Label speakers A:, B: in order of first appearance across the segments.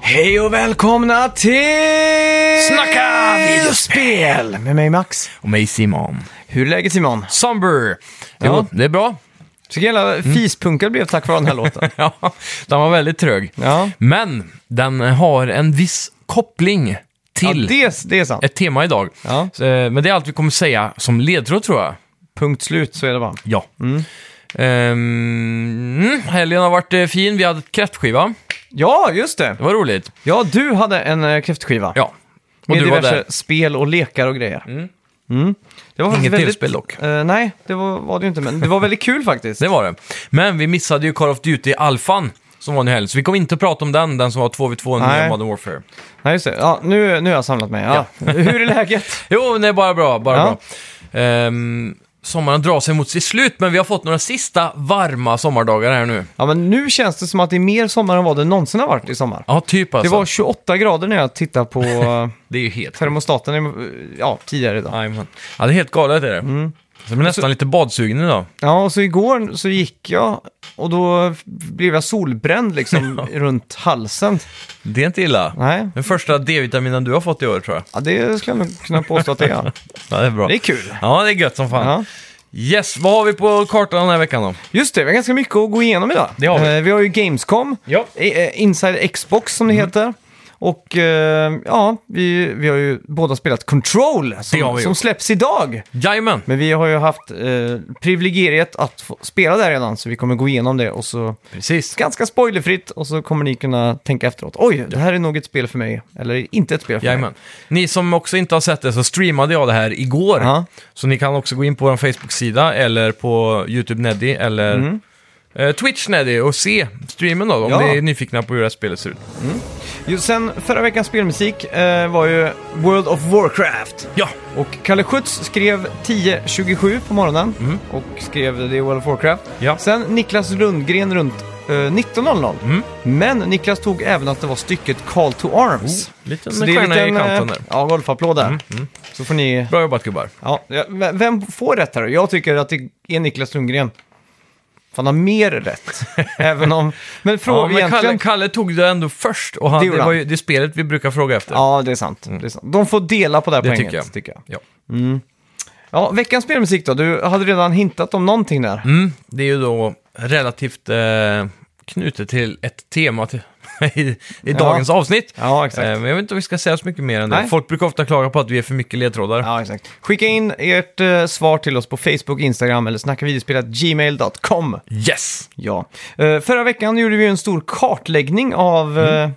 A: Hej och välkomna till...
B: Snacka videospel!
A: Med mig Max.
B: Och mig Simon.
A: Hur är läget Simon?
B: Somber! Jo,
A: Ja.
B: det är bra.
A: Tycker hela fispunkad blev tack vare den här låten.
B: ja, den var väldigt trög.
A: Ja.
B: Men den har en viss koppling
A: Ja,
B: till
A: det, det är sant.
B: ett tema idag.
A: Ja.
B: Så, eh, Men det är allt vi kommer säga som ledtråd tror jag.
A: Punkt slut, så är det bara.
B: Ja. Ehm, mm, helgen har varit eh, fin. Vi hade kräftskiva.
A: Ja, just det.
B: Det var roligt.
A: Ja, du hade en eh, kräftskiva.
B: Ja. Och
A: med
B: du var
A: diverse
B: där.
A: spel och lekar och grejer. Mm. Det var faktiskt
B: Inget
A: väldigt...
B: tv-spel dock.
A: Eh, nej, det var, var det ju inte, men det var väldigt kul faktiskt.
B: Det var det. Men vi missade ju Call of Duty-alfan som var nu i helgen. Så vi kommer inte prata om den, den som var 2v2
A: Nej.
B: med Modern Warfare.
A: Nej, just det. Ja, nu, nu har jag samlat mig. Ja. Hur är läget?
B: Jo, det är bara bra, bara
A: Ja.
B: bra. Ehm, sommaren drar sig mot sitt slut, men vi har fått några sista varma sommardagar här nu.
A: Ja, men nu känns det som att det är mer sommar än vad det någonsin har varit i sommar.
B: Ja, typ
A: Det
B: alltså.
A: var 28 grader när jag tittade på eh,
B: Det är ju helt...
A: termostaten i- ja, tidigare idag.
B: Jajamän. Ja, det är helt galet är det. Mm. Jag blir nästan lite badsugen idag.
A: Ja, och så igår så gick jag och då f- blev jag solbränd liksom runt halsen.
B: Det är inte illa.
A: Nej,
B: Den första D-vitaminen du har fått i år tror jag.
A: ja, det skulle jag nog kunna påstå att det är.
B: Ja, det är bra.
A: Det är kul.
B: Ja, det är gött som fan.
A: Ja.
B: Yes, vad har vi på kartan den här veckan då?
A: Just det, vi har ganska mycket att gå igenom idag.
B: Det har vi.
A: Eh, vi har ju Gamescom,
B: Ja. Mm.
A: i- eh, Inside Xbox som det heter. Och eh, ja, vi, vi har ju båda spelat Control
B: Det har
A: som,
B: vi
A: som
B: gjort.
A: släpps idag.
B: Jajamän!
A: Men vi har ju haft eh, privilegiet att få spela där redan, så vi kommer gå igenom det och så
B: Precis.
A: ganska spoilerfritt och så kommer ni kunna tänka efteråt. Oj, det här är nog ett spel för mig. Eller inte ett spel för mig.
B: Jajamän. Ni som också inte har sett det så streamade jag det här igår.
A: Ja.
B: Så ni kan också gå in på vår Facebook-sida eller på YouTube Neddy eller eh, Twitch Neddy och se streamen då, om
A: Mm. Ja.
B: ni är nyfikna på hur det här spelet ser ut.
A: Jo, sen förra veckans spelmusik eh, var ju World of Warcraft.
B: Ja,
A: Och Kalle Schütz skrev 10.27 på morgonen och skrev det i World of Warcraft.
B: Mhm. Ja.
A: Sen Niklas Lundgren runt eh, 19.00.
B: Mhm.
A: Men Niklas tog även att det var stycket Call to Arms.
B: liten
A: Så det är en
B: stjärna i
A: liten,
B: kanten
A: eh,
B: där.
A: Ja, golfapplåd
B: Mm,
A: där. Så får ni...
B: Bra jobbat gubbar.
A: Ja, ja, v- vem får rätt här? Jag tycker att det är Niklas Lundgren. För Han har mer rätt. även om... Men fråga
B: Ja, men
A: egentligen...
B: Kalle, Kalle tog det ändå först och han,
A: Det
B: det,
A: gjorde
B: var
A: han.
B: ju det spelet vi brukar fråga efter.
A: Ja, det är, sant. det är sant. De får dela på det här
B: Mm. Det
A: poänget,
B: tycker jag.
A: tycker jag. Mm.
B: Ja.
A: Ja, veckans spelmusik då? Du hade redan hintat om någonting där.
B: Mm, det är ju då relativt eh, knutet till ett tema till, i, i dagens avsnitt.
A: Ja, exakt.
B: Eh, men jag vet inte om vi ska säga så mycket mer än det.
A: Nej.
B: Folk brukar ofta klaga på att vi är för mycket ledtrådar.
A: Ja, exakt. Skicka in ert eh, svar till oss på Facebook, Instagram eller snackavideospelet.gmail.com.
B: Yes!
A: Ja. Eh, förra veckan gjorde vi ju en stor kartläggning av
B: Mm.
A: eh,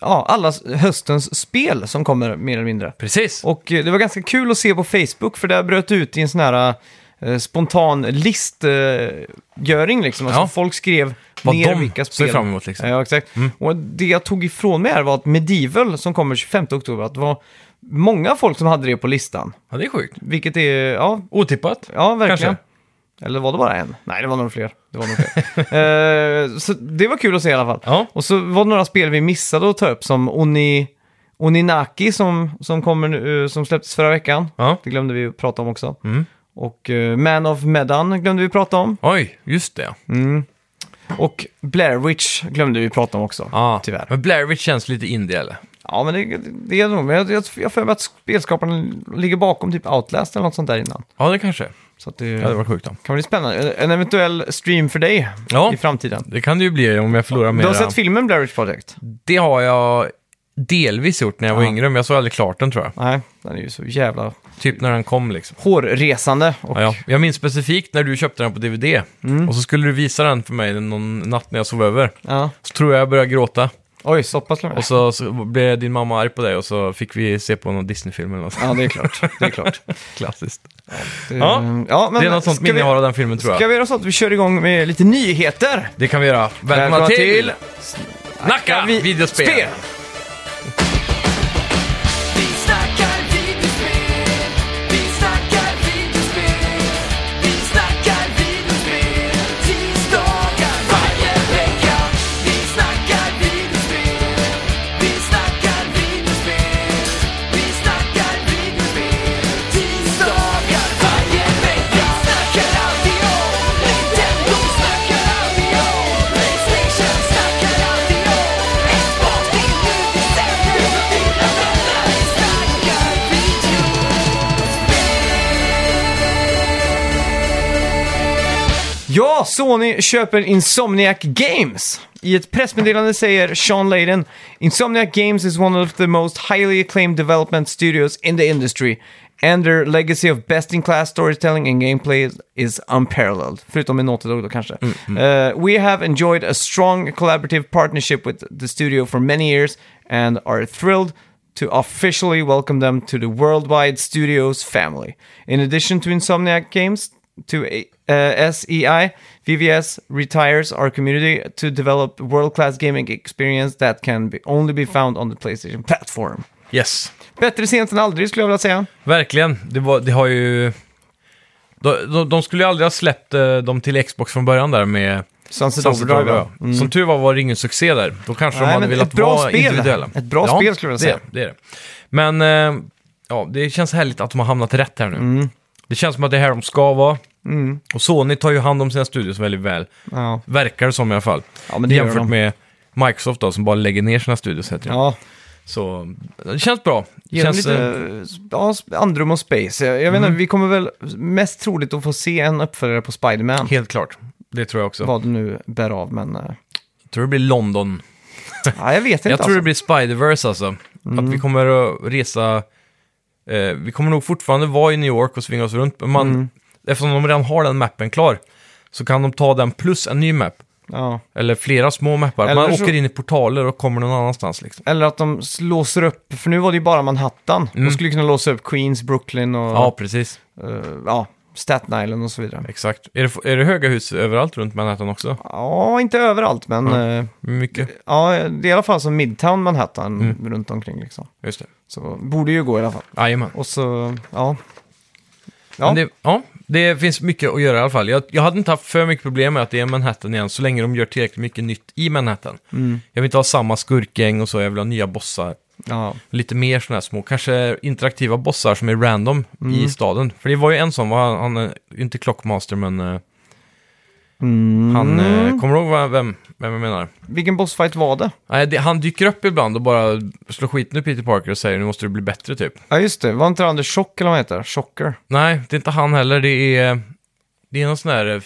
A: ja, alla s- höstens spel som kommer mer eller mindre.
B: Precis.
A: Och eh, det var ganska kul att se på Facebook för där bröt det ut i en sån här eh, spontan listgöring liksom. Alltså
B: Ja.
A: folk skrev
B: Vad
A: ner
B: de
A: vilka
B: ser
A: spel.
B: fram emot, liksom.
A: Ja, exakt. Och det jag tog ifrån mig här var att Medieval som kommer 25 oktober, att det var många folk som hade det på listan.
B: Ja, det är sjukt.
A: Vilket är, ja,
B: Otippat.
A: ja verkligen.
B: Kanske.
A: Eller var det bara en? Nej, det var nog fler. Det var nog fler. Eh, så det var kul att se i alla fall.
B: Ja.
A: Och så var det några spel vi missade att ta upp som Oni, Oninaki som, som, kommer, nu, eh, som släpptes förra veckan.
B: Ja.
A: Det glömde vi att prata om också.
B: Mm.
A: Och eh, Man of Medan glömde vi prata om.
B: Oj, just det.
A: Och Blair Witch glömde vi prata om också,
B: Ja.
A: tyvärr.
B: Men Blair Witch känns lite indie, eller?
A: Ja, men det, det är nog. Men jag, jag, jag får för mig att spelskaparna ligger bakom typ Outlast eller något sånt där innan.
B: Ja, det kanske.
A: Så att det,
B: Ja, det var sjukt då.
A: kan bli spännande. En eventuell stream för dig
B: Ja.
A: i framtiden.
B: Det kan det ju bli om jag förlorar
A: Du
B: mera.
A: har sett filmen Blair Witch Project?
B: det har jag delvis gjort när jag var
A: Ja.
B: yngre, men jag såg aldrig klart den tror jag.
A: Nej, den är ju så jävla
B: Typ när den kom liksom.
A: hårresande. Och,
B: Ja, ja. Jag minns specifikt när du köpte den på DVD.
A: Mm.
B: Och så skulle du visa den för mig någon natt när jag sov över.
A: ja.
B: Så tror jag jag började gråta.
A: Oj, så pass långt.
B: Och så, så blev din mamma arg på dig och så fick vi se på någon Disney-film eller något.
A: Ja, det är klart. Det är klart.
B: Klassiskt.
A: Det,
B: Ja,
A: ja, men
B: det är något sånt
A: ska
B: minne
A: vi,
B: jag har av den filmen tror jag.
A: Ska vi göra så att vi kör igång med lite nyheter?
B: Det kan vi göra. Välkomna
A: Välkomna
B: till Nacka
A: vi-
B: videospel!
A: spel.
C: Vi snackar videospel, vi snackar videospel, vi snackar videospel, tisdagar varje vecka. Vi snackar videospel, vi snackar videospel, vi snackar videospel, tisdagar varje vecka. Vi snackar alltid om Nintendo, snackar alltid om Playstation, snackar alltid om Xbox, det är nu
A: Ja, Sony köper Insomniac Games. I ett pressmeddelande säger Sean Layden Insomniac Games is one of the most highly acclaimed development studios in the industry. And their legacy of best-in-class storytelling and gameplay is unparalleled. Förutom med Naughty Dog då kanske. Uh, we have enjoyed a strong collaborative partnership with the studio for many years and are thrilled to officially welcome them to the worldwide studios family. In addition to Insomniac Games, to uh, SEI, VVS retires our community to develop world-class gaming experience that can be only be found on the PlayStation platform.
B: Yes.
A: Bättre sent än aldrig skulle jag vilja säga.
B: Verkligen. Det, var, det har ju... De, de, de skulle ju aldrig ha släppt eh, dem till Xbox från början där med...
A: Sunset
B: Sunset
A: Overdrive,
B: Overdrive, ja. Som tur var var det ingen succé där. Då kanske
A: Mm. Nej,
B: de hade
A: men
B: velat
A: ett bra
B: vara
A: spel.
B: individuella.
A: Ett bra spel skulle jag
B: det,
A: säga.
B: Det är det. Men eh, ja, det känns härligt att de har hamnat rätt här nu.
A: Mm.
B: Det känns som att det är här de ska vara. Och Sony tar ju hand om sina studios väldigt väl.
A: Ja.
B: Verkar det som i alla fall.
A: Ja, men det gör
B: Jämfört
A: de.
B: med Microsoft då, som bara lägger ner sina studios heter det.
A: Ja,
B: Så det känns bra. Det
A: ge dem
B: känns,
A: lite
B: eh, Mm.
A: eh, ja, andrum och space. Jag, jag vet inte, vi kommer väl mest troligt att få se en uppföljare på Spider-Man.
B: Helt klart. Det tror jag också.
A: Vad det nu bär av, men... eh,
B: Jag tror det blir London.
A: ja, jag vet inte
B: Jag tror det
A: alltså. Mm.
B: blir Spider-Verse alltså. Att vi kommer att resa... Eh, vi kommer nog fortfarande vara i New York och svinga oss runt. Men man,
A: Mm.
B: eftersom de redan har den mappen klar så kan de ta den plus en ny map.
A: Ja.
B: Eller flera små mappar.
A: Eller
B: man
A: så-
B: åker in i portaler och kommer någon annanstans liksom.
A: Eller att de s- låser upp, för nu var det ju bara Manhattan. De skulle kunna låsa upp Queens, Brooklyn och
B: Mm. Ja, precis.
A: eh, ja, Staten Island och så vidare.
B: Exakt. Är det, är det höga hus överallt runt Manhattan också?
A: Ja, inte överallt, men eh,
B: Mycket.
A: ja, det är i alla fall som Midtown Manhattan
B: Mm.
A: runt omkring liksom.
B: Just det.
A: Så borde ju gå i alla fall.
B: Jajamän.
A: Och så, ja.
B: Ja.
A: Ja,
B: Det, ja, det finns mycket att göra i alla fall. Jag, jag hade inte haft för mycket problem med att det är Manhattan igen, så länge de gör tillräckligt mycket nytt i Manhattan. Jag vill inte ha samma skurkgäng och så, jag vill ha nya bossar.
A: ja.
B: Lite mer sådana här små, kanske interaktiva bossar som är random i staden. För det var ju en sån, var han, han är inte Clockmaster, men eh,
A: Mm.
B: han, eh, kommer du ihåg vad- vem, vem jag menar?
A: Vilken bossfight var det?
B: Nej, det, han dyker upp ibland och bara slår skiten ur Peter Parker och säger nu måste du bli bättre typ.
A: Ja, just det. Var inte det Anders Chock eller vad han heter? Chocker.
B: Nej, det är inte han heller. Det är, det är någon sån här eh,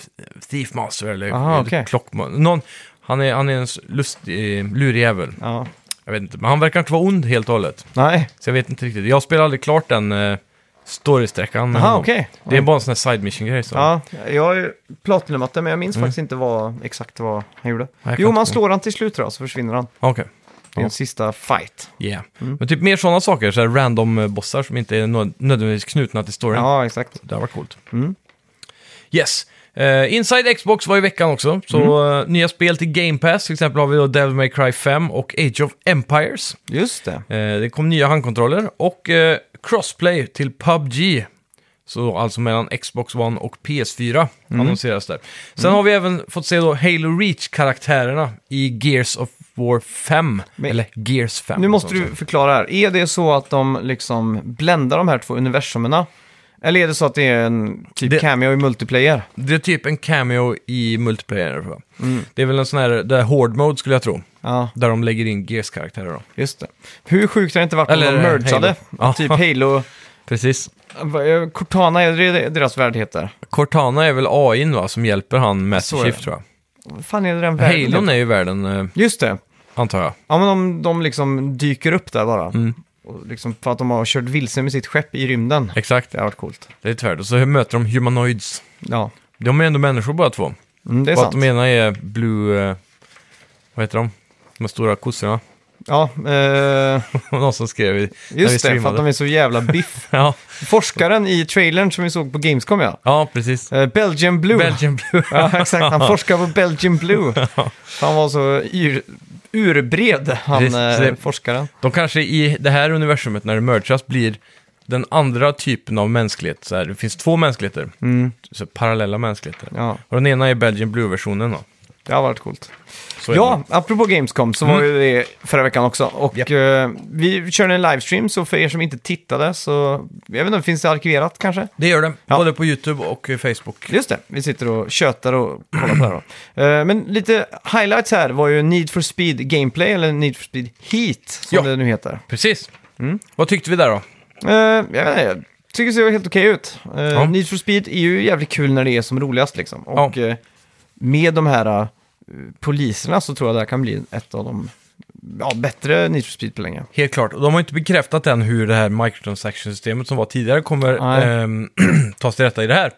B: Thief Master eller
A: Aha, okej.
B: Clockma- Någon, han, är, han är en s- lustig, eh, lurig jävel.
A: Ja.
B: Jag vet inte, men han verkar inte vara ond helt och hållet.
A: Nej.
B: Så jag vet inte riktigt. Jag spelar aldrig klart den eh, storysträckan. med
A: Jaha,
B: honom.
A: okej.
B: Det är bara en sån här side mission-grej. Så.
A: Ja, jag har ju platinumat det, men jag minns faktiskt inte vad, exakt vad han gjorde.
B: Mm. jag kan
A: Jo,
B: inte
A: man
B: ihåg.
A: slår han till slut då, så försvinner han.
B: Okej.
A: Det är
B: Ja.
A: en sista fight.
B: Yeah.
A: Mm.
B: Men typ mer sådana saker, så här random eh, bossar som inte är nöd- nödvändigtvis knutna till storyn.
A: Ja, exakt.
B: Det här var coolt. Mm. Yes. Eh, Inside Xbox var i veckan också, så
A: Mm.
B: eh, nya spel till Game Pass. Till exempel har vi då Devil May Cry 5 och Age of Empires.
A: Just det.
B: Eh, det kom nya handkontroller och eh, Crossplay till PubG. Så alltså mellan Xbox One och PS4
A: Mm.
B: annonseras där. Sen har vi även fått se då Halo Reach-karaktärerna i Gears of War 5.
A: Men-
B: eller Gears 5.
A: Nu
B: som
A: måste
B: de
A: du förklara här. Är det så att de liksom bländar de här två universumerna? Eller är det så att det är en typ
B: Det-
A: cameo i multiplayer?
B: Det är typ en cameo i multiplayer. va?
A: Mm.
B: Det är väl en sån här, det här horde mode skulle jag tro.
A: Ja,
B: Där de lägger in Gears-karaktärer då.
A: just det. Hur sjukt har det inte varit om de
B: Eller, eh,
A: mergade?
B: Halo. Ja.
A: Typ Halo.
B: Precis.
A: Cortana, är det deras värld heter?
B: Cortana är väl AI va, som hjälper han
A: Så
B: Master
A: är
B: Chief
A: det.
B: tror jag.
A: Vad fan är det den världen
B: Halon
A: heter?
B: är ju världen, eh,
A: Just det.
B: antar jag.
A: Ja, men om de liksom dyker upp där bara.
B: Mm.
A: Och liksom för att de har kört vilse med sitt skepp i rymden.
B: Exakt,
A: Det har varit coolt.
B: det är tvärt. Och så möter de humanoids.
A: Ja,
B: De är ändå människor båda två.
A: mm, det är
B: Och att
A: sant.
B: de ena är blue... eh, Vad heter de? De här stora kossorna.
A: Ja, eh,
B: Någon som skrev i, när
A: just
B: vi
A: det. För att
B: streamade.
A: de är så jävla biff.
B: ja.
A: Forskaren i trailern som vi såg på Gamescom, ja.
B: ja, precis.
A: Eh, Belgian Blue.
B: Belgian blue.
A: ja, exakt. Han forskar på Belgian Blue. Han var så ur, urbred, han
B: Precis, så
A: eh,
B: det-
A: forskaren.
B: De kanske i det här universumet när det mergas blir den andra typen av mänsklighet. Så här, det finns två mänskligheter,
A: Mm.
B: så parallella mänskligheter.
A: Ja,
B: Och den ena är Belgian Blue-versionen då.
A: det har varit coolt.
B: Så är
A: Ja, apropå Gamescom så var ju det förra veckan också. Och
B: Mm. Japp.
A: eh, vi körde en livestream, så för er som inte tittade så, jag vet inte, finns det arkiverat kanske?
B: Det Det gör den,
A: Ja.
B: både på YouTube och eh, Facebook.
A: Just det, vi sitter och tjötar och kollar på det här då. Eh, Men lite highlights här var ju Need for Speed Gameplay, eller Need for Speed Heat, som
B: Ja.
A: det nu heter.
B: Precis.
A: Mm.
B: Vad tyckte vi där då?
A: Eh, jag vet inte, jag tycker det ser helt okej ut. Eh, Need for Speed är ju jävligt kul när det är som roligast liksom. Och eh, med de här eh, poliserna så tror jag det här kan bli ett av de ja, bättre Need for Speed på länge.
B: Helt klart. Och de har inte bekräftat än hur det här microtransaction-systemet som var tidigare kommer
A: Nej.
B: ehm, tas till rätta i det här.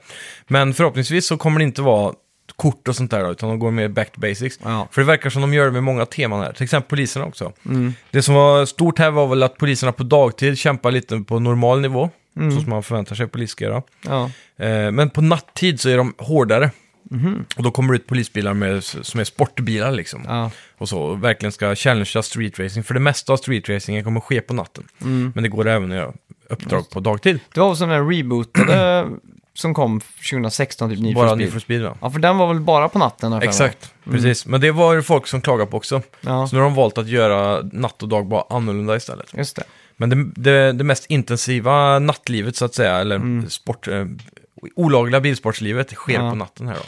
B: Men förhoppningsvis så kommer det inte vara kort och sånt där då, utan de går mer back to basics.
A: Ja.
B: För det verkar som de gör det med många teman här, till exempel poliserna också.
A: Mm.
B: Det som var stort här var väl att poliserna på dagtid kämpar lite på normal nivå,
A: Mm.
B: så som man förväntar sig poliser ska göra.
A: Ja,
B: Eh, Men på nattid så är de hårdare. Och då kommer det ut polisbilar med, som är sportbilar liksom.
A: Mhm. ja,
B: Och så och verkligen ska challengea streetracing. För det mesta av streetracingen kommer ske på natten.
A: Mm.
B: Men det går även att göra uppdrag på dagtid.
A: Det var väl som den rebootade som kom 2016, typ Need for
B: Bara
A: Speed.
B: Need for Speed va?
A: Ja, för den var väl bara på natten? har jag för mig.
B: Exakt, precis. Men det var ju folk som klagade på också.
A: Ja,
B: Så nu har de valt att göra natt och dag bara annorlunda istället.
A: just det.
B: Men det, det, det mest intensiva nattlivet så att säga, eller sport, eh, olagliga bilsportslivet, sker
A: Mm. Ja.
B: på natten här då.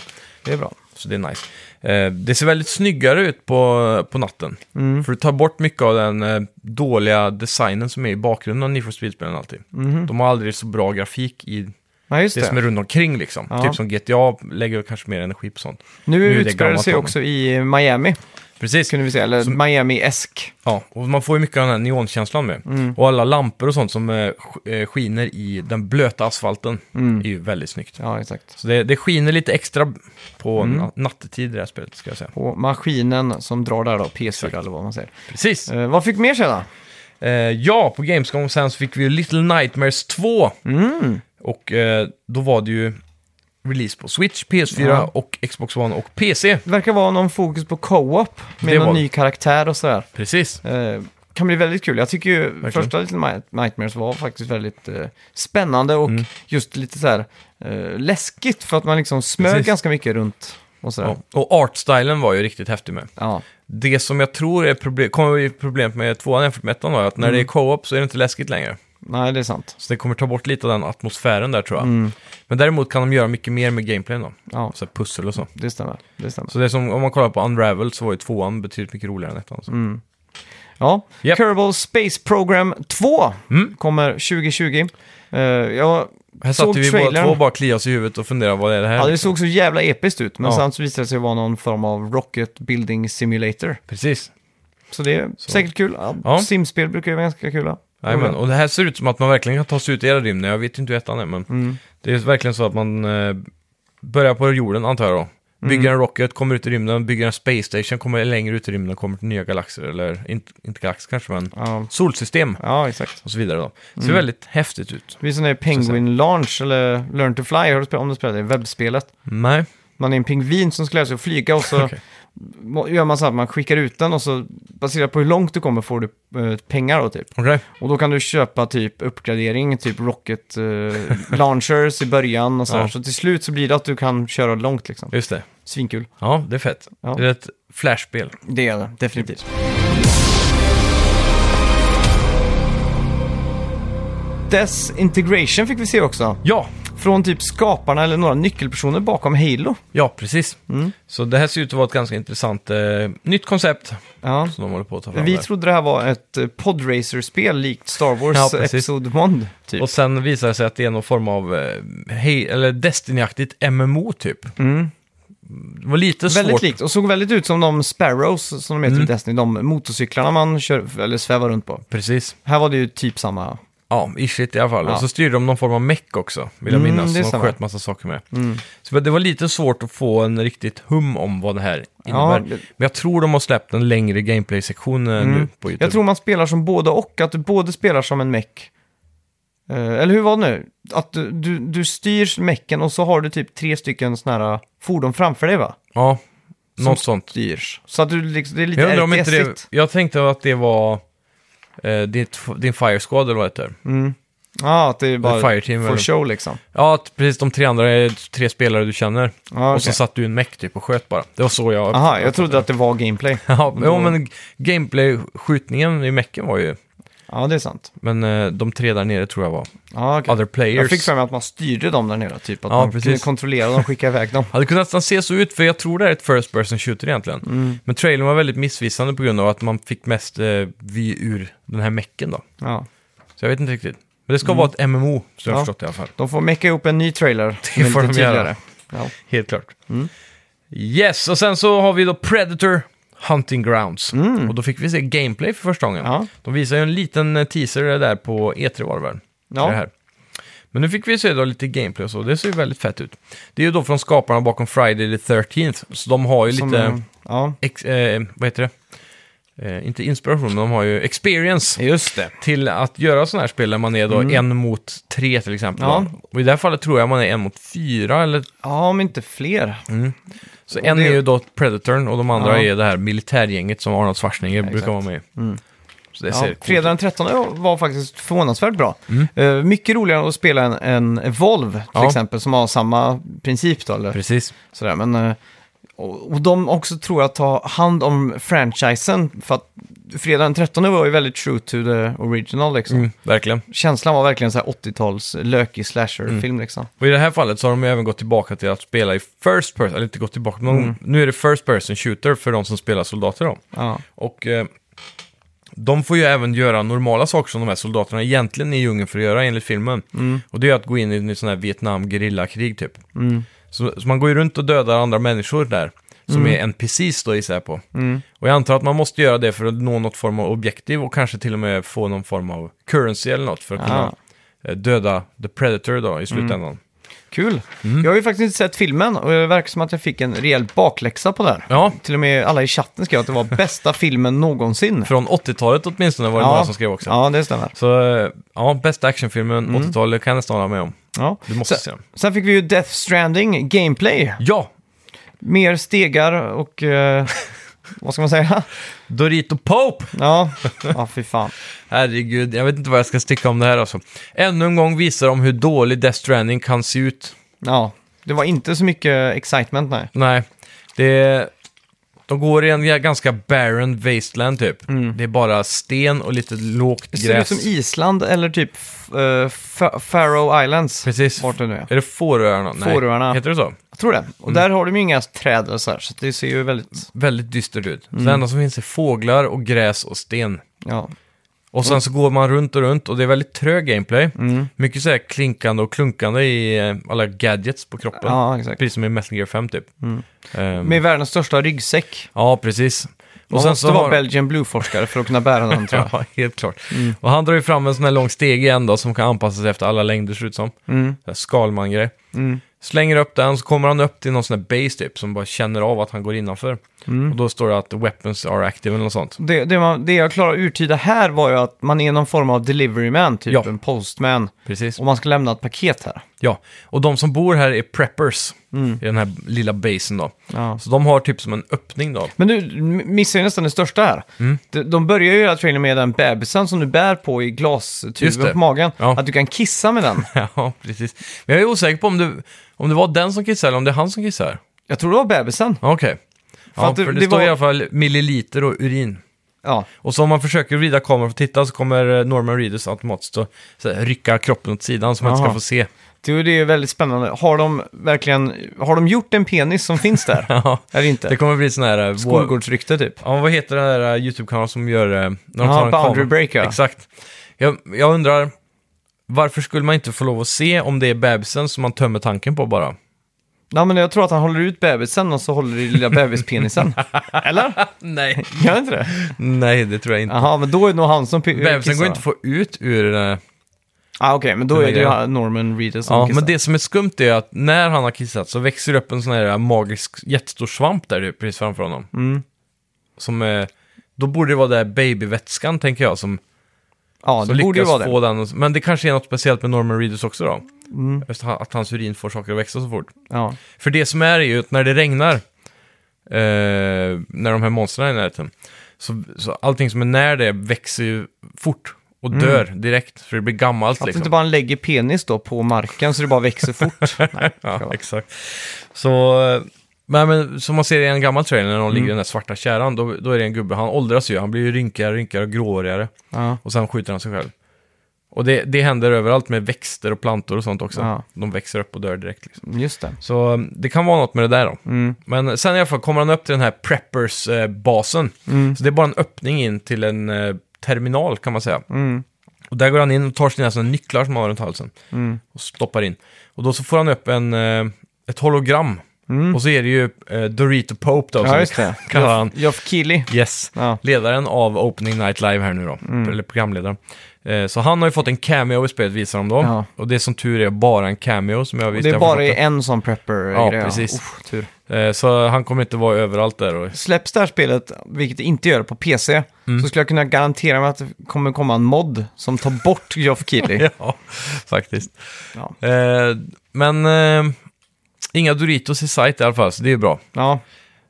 A: Det är bra.
B: Så det är nice. Eh, det ser väldigt snyggare ut på, på natten.
A: Mm.
B: För det tar bort mycket av den eh, dåliga designen som är i bakgrunden av Need for Speed-spelen alltid.
A: Mhm.
B: De har aldrig så bra grafik i det,
A: Ja, just det.
B: som är runt omkring liksom.
A: Ja.
B: Typ som GTA lägger kanske mer energi på sånt.
A: Nu
B: är det
A: utspelar det
B: gammalt
A: sig
B: av dem.
A: också i Miami,
B: Precis.
A: kunde vi säga. Eller
B: Som-
A: Miami-esk.
B: Ja, och man får ju mycket av den här neonkänslan med.
A: Mm.
B: Och alla lampor och sånt som eh, sk- eh, skiner i den blöta asfalten
A: Mm.
B: är ju väldigt snyggt.
A: Ja, exakt.
B: Så det, det skiner lite extra på
A: Mm.
B: na- nattetid i det här spelet, ska jag säga.
A: På maskinen som drar där då, PS4 eller vad man säger.
B: Precis!
A: Eh, vad fick mer sedan?
B: Eh, ja, på Gamescom sen så fick vi ju Little Nightmares 2. Och eh, då var det ju release på Switch, PS4
A: Ja.
B: och Xbox One och PC.
A: Det verkar vara någon fokus på co-op med
B: Det
A: någon
B: var det.
A: ny karaktär och sådär.
B: Precis.
A: Eh, kan bli väldigt kul. Jag tycker ju första Little Mi- Nightmares var faktiskt väldigt eh, spännande
B: Mm.
A: och just lite så här eh, läskigt för att man liksom smög
B: Precis.
A: ganska mycket runt och sådär.
B: Ja. Och artstylen var ju riktigt häftig med.
A: Ja,
B: Det som jag tror är problem, kommer bli problem med tvåan jämfört med ettan var att när det är co-op så är det inte läskigt längre.
A: nej det är sant.
B: Så det kommer ta bort lite av den atmosfären där tror jag. Men däremot kan de göra mycket mer med gameplayen då.
A: Ja,
B: Så här pussel och så.
A: det stämmer. Det stämmer.
B: Så det är som, om man kollar på Unravel så var ju tvåan betydligt mycket roligare än ettan. Så.
A: Ja,
B: Japp. Mm.
A: Kerbal Space Program 2 kommer 2020. Eh, jag
B: Här
A: såg
B: satt vi båda
A: trailern.
B: två och bara kliade oss i huvudet och funderade vad är det här?
A: Ja, det såg så jävla episkt ut, men
B: Ja.
A: sen så visade det sig vara någon form av Rocket Building Simulator.
B: Precis.
A: Så det är säkert kul. Ja,
B: Ja.
A: Simspel brukar ju vara ganska kul.
B: Jajamän, och det här ser ut som att man verkligen kan ta sig ut i era rymden. Jag vet inte hur ettan är, men det är verkligen så att man eh, börjar på jorden, antar jag då. Bygger en rocket, kommer ut i rymden, bygger en space station, kommer längre ut i rymden och kommer till nya galaxer, eller inte, inte galaxer kanske, men
A: Ja.
B: solsystem
A: ja, exakt.
B: och så vidare då. Det ser väldigt häftigt ut.
A: Det är sån där Penguin Launch, eller Learn to Fly, har du spelat, om du spelat det, webbspelet.
B: Nej,
A: Man är en pingvin som ska lära sig att flyga och så
B: Okej.
A: må- gör man så att man skickar ut den och så baserat på hur långt du kommer får du eh, pengar då typ.
B: okej.
A: Och då kan du köpa typ uppgradering, typ rocket eh, launchers i början och så här.
B: Ja.
A: Så till slut så blir det att du kan köra långt liksom.
B: Just det.
A: Svinkul.
B: Ja, det är fett.
A: Ja.
B: Det är ett flashspel.
A: Det är det, definitivt. Desintegration fick vi se också.
B: Ja,
A: Från typ skaparna eller några nyckelpersoner bakom Halo.
B: ja precis. Så det här ser ut att vara ett ganska intressant eh, nytt koncept
A: Ja.
B: som de håller på att ta fram
A: Vi
B: där.
A: trodde det här var ett eh, podracer-spel likt Star Wars
B: Ja, precis.
A: Episod 1. Typ.
B: Och sen visar det sig att det är någon form av eh, hej, eller Destiny-aktigt MMO typ. Det var lite svårt.
A: Mm.
B: Mm.
A: Väldigt likt och såg väldigt ut som de Sparrows som de heter i Destiny. De motorcyklarna man kör, eller svävar runt på.
B: Precis.
A: Här var det ju typ samma.
B: Ja, ishigt i alla fall.
A: Ja.
B: Och så styrde de någon form av meck också, vill jag
A: Mm,
B: minnas.
A: det Mm.
B: Som de
A: stämmer.
B: sköt massa saker med. Så men det var lite svårt att få en riktigt hum om vad det här innebär.
A: det- Mm.
B: Men jag tror de har släppt en längre gameplay-sektion eh, nu på YouTube.
A: Jag tror man spelar som både och, att du både spelar som en mech. Eh, eller hur var det nu? Att du, du, du styrs mecken och så har du typ tre stycken såna här fordon framför dig va?
B: Ja, något sånt.
A: Styrs. Så att du liksom, det är lite
B: Jag undrar om inte
A: RTS-igt.
B: det... Jag tänkte att det var... Eh, ditt, din Fire Squad eller vad det heter.
A: Ja, att det är bara
B: Fire Team
A: for
B: eller-
A: show liksom.
B: Ja, att precis. De tre andra är tre spelare du känner.
A: Ja,
B: Och så
A: okej.
B: satt du i en meck typ och sköt bara. Det var så jag...
A: Aha, jag Mm. trodde att det var gameplay.
B: Ja, men- jo, men gameplay-skjutningen i mecken var ju...
A: Ja, det är sant.
B: Men eh, de tre där nere tror jag var
A: Ja, okej.
B: other
A: Jag
B: players.
A: fick för mig att man styrde dem där nere, typ att
B: Ja,
A: man kunde
B: precis.
A: kontrollera dem och skicka iväg dem.
B: Hade kunnat nästan se så ut, för jag tror det här är ett first person shooter egentligen.
A: Mm.
B: Men trailern var väldigt missvisande på grund av att man fick mest eh, vy ur den här mecken då.
A: Ja.
B: Så jag vet inte riktigt. Men det ska vara ett MMO, så jag
A: Mm. Ja.
B: har förstått i alla fall.
A: De får mecka ihop en ny trailer. som är
B: får
A: lite
B: de göra.
A: tydligare. Ja.
B: Helt klart. Yes, och sen så har vi då Predator Hunting Grounds. Och då fick vi se gameplay för första gången.
A: Mm. Ja.
B: De visade ju en liten eh, teaser där på E3 var det väl?
A: Ja.
B: För Det här. Men nu fick vi se då lite gameplay och så, det ser ju väldigt fett ut. Det är ju då från skaparna bakom Friday the 13th, så de har ju
A: Som, eh,
B: lite,
A: Ja,
B: ex, eh, vad heter det? Eh, inte inspiration, men de har ju experience
A: just det.
B: till att göra sådana här spel där man är då en mot tre till exempel.
A: Mm. Ja.
B: Och i det här fallet tror jag man är en mot fyra eller
A: Ja, om inte fler.
B: så
A: Och
B: en
A: det-
B: är ju då Predatorn och de andra
A: Ja. Mm.
B: är det här militärgänget som Arnold Schwarzenegger brukar vara med i. Så det
A: Ja,
B: ser coolt
A: fredag
B: ut.
A: den 13 var faktiskt förvånansvärt bra. Eh, mycket roligare att spela än en Evolve till
B: Ja.
A: exempel, som har samma princip då. Eller
B: Precis.
A: sådär. Men, eh, och, och de också tror jag tar hand om franchisen, för att fredag den 13 var ju väldigt true to the original liksom.
B: Mm, verkligen.
A: Känslan var verkligen så här 80-tals lökig slasher-film
B: Mm.
A: liksom.
B: Och i det här fallet så har de ju även gått tillbaka till att spela i First Person, eller inte gått tillbaka, men
A: Mm.
B: nu är det First Person Shooter för de som spelar soldater då.
A: Ja.
B: Och eh, de får ju även göra normala saker som de här soldaterna egentligen är i djungeln för att göra enligt filmen.
A: Mm.
B: Och det är att gå in i en sån här vietnam gerillakrig typ.
A: Mm.
B: Så, så man går ju runt och dödar andra människor där. Som
A: Mm.
B: är NPCs då gissar jag på. Och jag antar att man måste göra det för att nå något form av objektiv och kanske till och med få någon form av currency eller något för att kunna eh, döda the predator då
A: Mm.
B: i slutändan.
A: Kul.
B: Mm.
A: Jag har ju faktiskt inte sett filmen och det verkar som att jag fick en rejäl bakläxa på det här.
B: Ja,
A: Till och med alla i chatten skrev att det var bästa filmen någonsin.
B: från 80-talet åtminstone var det några som skrev också.
A: Ja, Mm. det stämmer.
B: Så eh, ja, bästa actionfilmen 80-talet kan jag nästan hålla med om.
A: Ja.
B: Du måste
A: sen,
B: se den.
A: sen fick vi ju Death Stranding, Gameplay.
B: Ja,
A: Mer stegar och... eh, vad ska man säga?
B: Dorito Pope!
A: Ja, ja fy fan.
B: Herregud, jag vet inte vad jag ska sticka om det här alltså. Ännu en gång visar de hur dålig Death Stranding kan se ut.
A: Ja, det var inte så mycket excitement, nej.
B: Nej, det... De går i en ganska barren wasteland typ. Det är bara sten och lite lågt
A: Mm. Det ser ut
B: gräs.
A: som Island eller typ f- eh, Fa- Faroe Islands.
B: Precis.
A: Vart det nu är.
B: Är det Fåröarna? Nej.
A: Fåröarna.
B: Heter det så?
A: Jag tror det.
B: Mm.
A: Och där har de ju inga träd eller så här, så det ser ju väldigt...
B: Väldigt dystert ut.
A: Mm.
B: Så det enda som finns är fåglar och gräs och sten.
A: Ja,
B: Och
A: Mm.
B: sen så går man runt och runt och det är väldigt trög gameplay. Mycket så här klinkande och klunkande i eh, alla gadgets på kroppen.
A: ja exakt.
B: Precis som i Metal Gear 5 typ. Ehm,
A: Mm. Med världens största ryggsäck.
B: Ja, precis.
A: Man måste vara
B: har-
A: Belgian Blue-forskare för att kunna bära den, tror jag. Mm.
B: Ja, helt klart. Och han drar ju fram en sån här lång steg igen då, som kan anpassas efter alla längder, ser det ut som. Mm. Skalman-grej.
A: Mm.
B: Slänger upp den, så kommer han upp till någon sån här base typ, som bara känner av att han går innanför.
A: Mm.
B: Och då står det att weapons are active eller något sånt.
A: Det, det, man, det jag klarade att urtyda här var ju att man är någon form av delivery man, typ
B: Ja.
A: en postman.
B: Precis.
A: Och man ska lämna ett paket här.
B: Ja, och de som bor här är preppers
A: Mm.
B: i den här lilla basen då.
A: Ja.
B: Så de har typ som en öppning då.
A: Men du m- missar ju nästan det största här.
B: Mm.
A: De, de börjar ju hela trailern med den bebisen som du bär på i
B: Just
A: glastuben
B: det.
A: på magen.
B: Ja.
A: Att du kan kissa med den.
B: ja, precis. Men jag är osäker på om det, om det var den som kissade eller om det är han som kissar.
A: Jag tror det var bebisen.
B: Okej. Ja,
A: att det-
B: för det,
A: det
B: står
A: var-
B: i alla fall milliliter och urin.
A: Ja,
B: Och så om man försöker vrida kameran för att titta så kommer eh, Norman Reedus automatiskt att så här, rycka kroppen åt sidan så man inte
A: Jaha.
B: ska få se.
A: det, det är ju väldigt spännande. Har de verkligen, har de gjort en penis som finns där?
B: Ja,
A: Eller inte?
B: det kommer bli sån här... eh, vår-
A: Skolgårdsrykte typ.
B: Ja, vad heter den där eh, YouTube-kanalen som gör... eh, När
A: Ja,
B: tar en
A: Boundary
B: kamera?
A: Break, ja.
B: Exakt. Jag, jag undrar, varför skulle man inte få lov att se om det är bebisen som man tömmer tanken på bara?
A: Nej men jag tror att han håller ut bebisen och så håller i lilla bebispenisen. Eller?
B: Nej.
A: Gör han inte det?
B: Nej, det tror jag inte.
A: Jaha, men då är det nog han som pi-
B: Bebisen
A: kissar,
B: går
A: va?
B: inte att få ut ur... eh,
A: Ah, Okej, men då
B: Den
A: är det
B: där
A: ju Norman Reedus som
B: Ja,
A: kissar.
B: men det som är skumt är att när han har kissat så växer det upp en sån här äh, magisk jättestor svamp där typ, precis framför honom.
A: Mm.
B: Som, eh, då borde det vara där babyvätskan, tänker jag, som,
A: ja,
B: som
A: det borde ju
B: lyckas
A: vara det.
B: få den. att- Men det kanske är något speciellt med Norman Reedus också då. Just ha- att hans urin får saker att växa så fort.
A: Mm, Ja.
B: För det som är är ju att när det regnar, eh, när de här monstren är i närheten, så, så allting som är när det växer ju fort och
A: Mm.
B: dör direkt, för det blir gammalt
A: Att
B: liksom.
A: inte bara han lägger penis då på marken så det bara växer fort. Nej, ska
B: Ja,
A: vara.
B: exakt. Så, men, men som man ser i en gammal trailer när någon ligger i den där svarta kärran, då, då är det en gubbe, han åldras ju, han blir ju rynkigare, rynkigare och gråhårigare.
A: ja.
B: Och sen skjuter han sig själv. Och det, det händer överallt med växter och plantor och sånt också.
A: Ja.
B: De växer upp och dör direkt. Liksom.
A: Just det. Mm,
B: Så um, det kan vara något med det där då. Men sen i alla fall kommer han upp till den här preppers-basen.
A: mm,
B: Så det är bara en öppning in till en eh, terminal kan man säga.
A: mm,
B: Och där går han in och tar sina såna
A: mm,
B: nycklar som han har runt halsen. Och stoppar in. Och då så får han upp en, eh, ett hologram Och så är det ju eh, Dorito Pope då,
A: Mm. Ja,
B: som vi
A: just det.
B: kallar han.
A: Geoff Keighley.
B: Yes.
A: Ja.
B: Ledaren av Opening Night Live här nu då,
A: Mm.
B: eller programledaren. Eh, så han har ju fått en cameo i spelet visar de då.
A: Ja.
B: Och det är som tur är bara en cameo som jag visste.
A: Det är
B: jag
A: bara
B: förstått
A: en sån prepper
B: Ja, precis.
A: Uff, tur.
B: det. Eh, så han kommer inte vara överallt där. Och...
A: Släpps det här spelet, vilket det inte gör på PC,
B: Mm.
A: så skulle jag kunna garantera mig att det kommer komma en mod som tar bort Geoff Keighley.
B: Ja, faktiskt.
A: ja.
B: Eh, men eh, inga Doritos i sight i alla fall, så det är ju bra.
A: ja,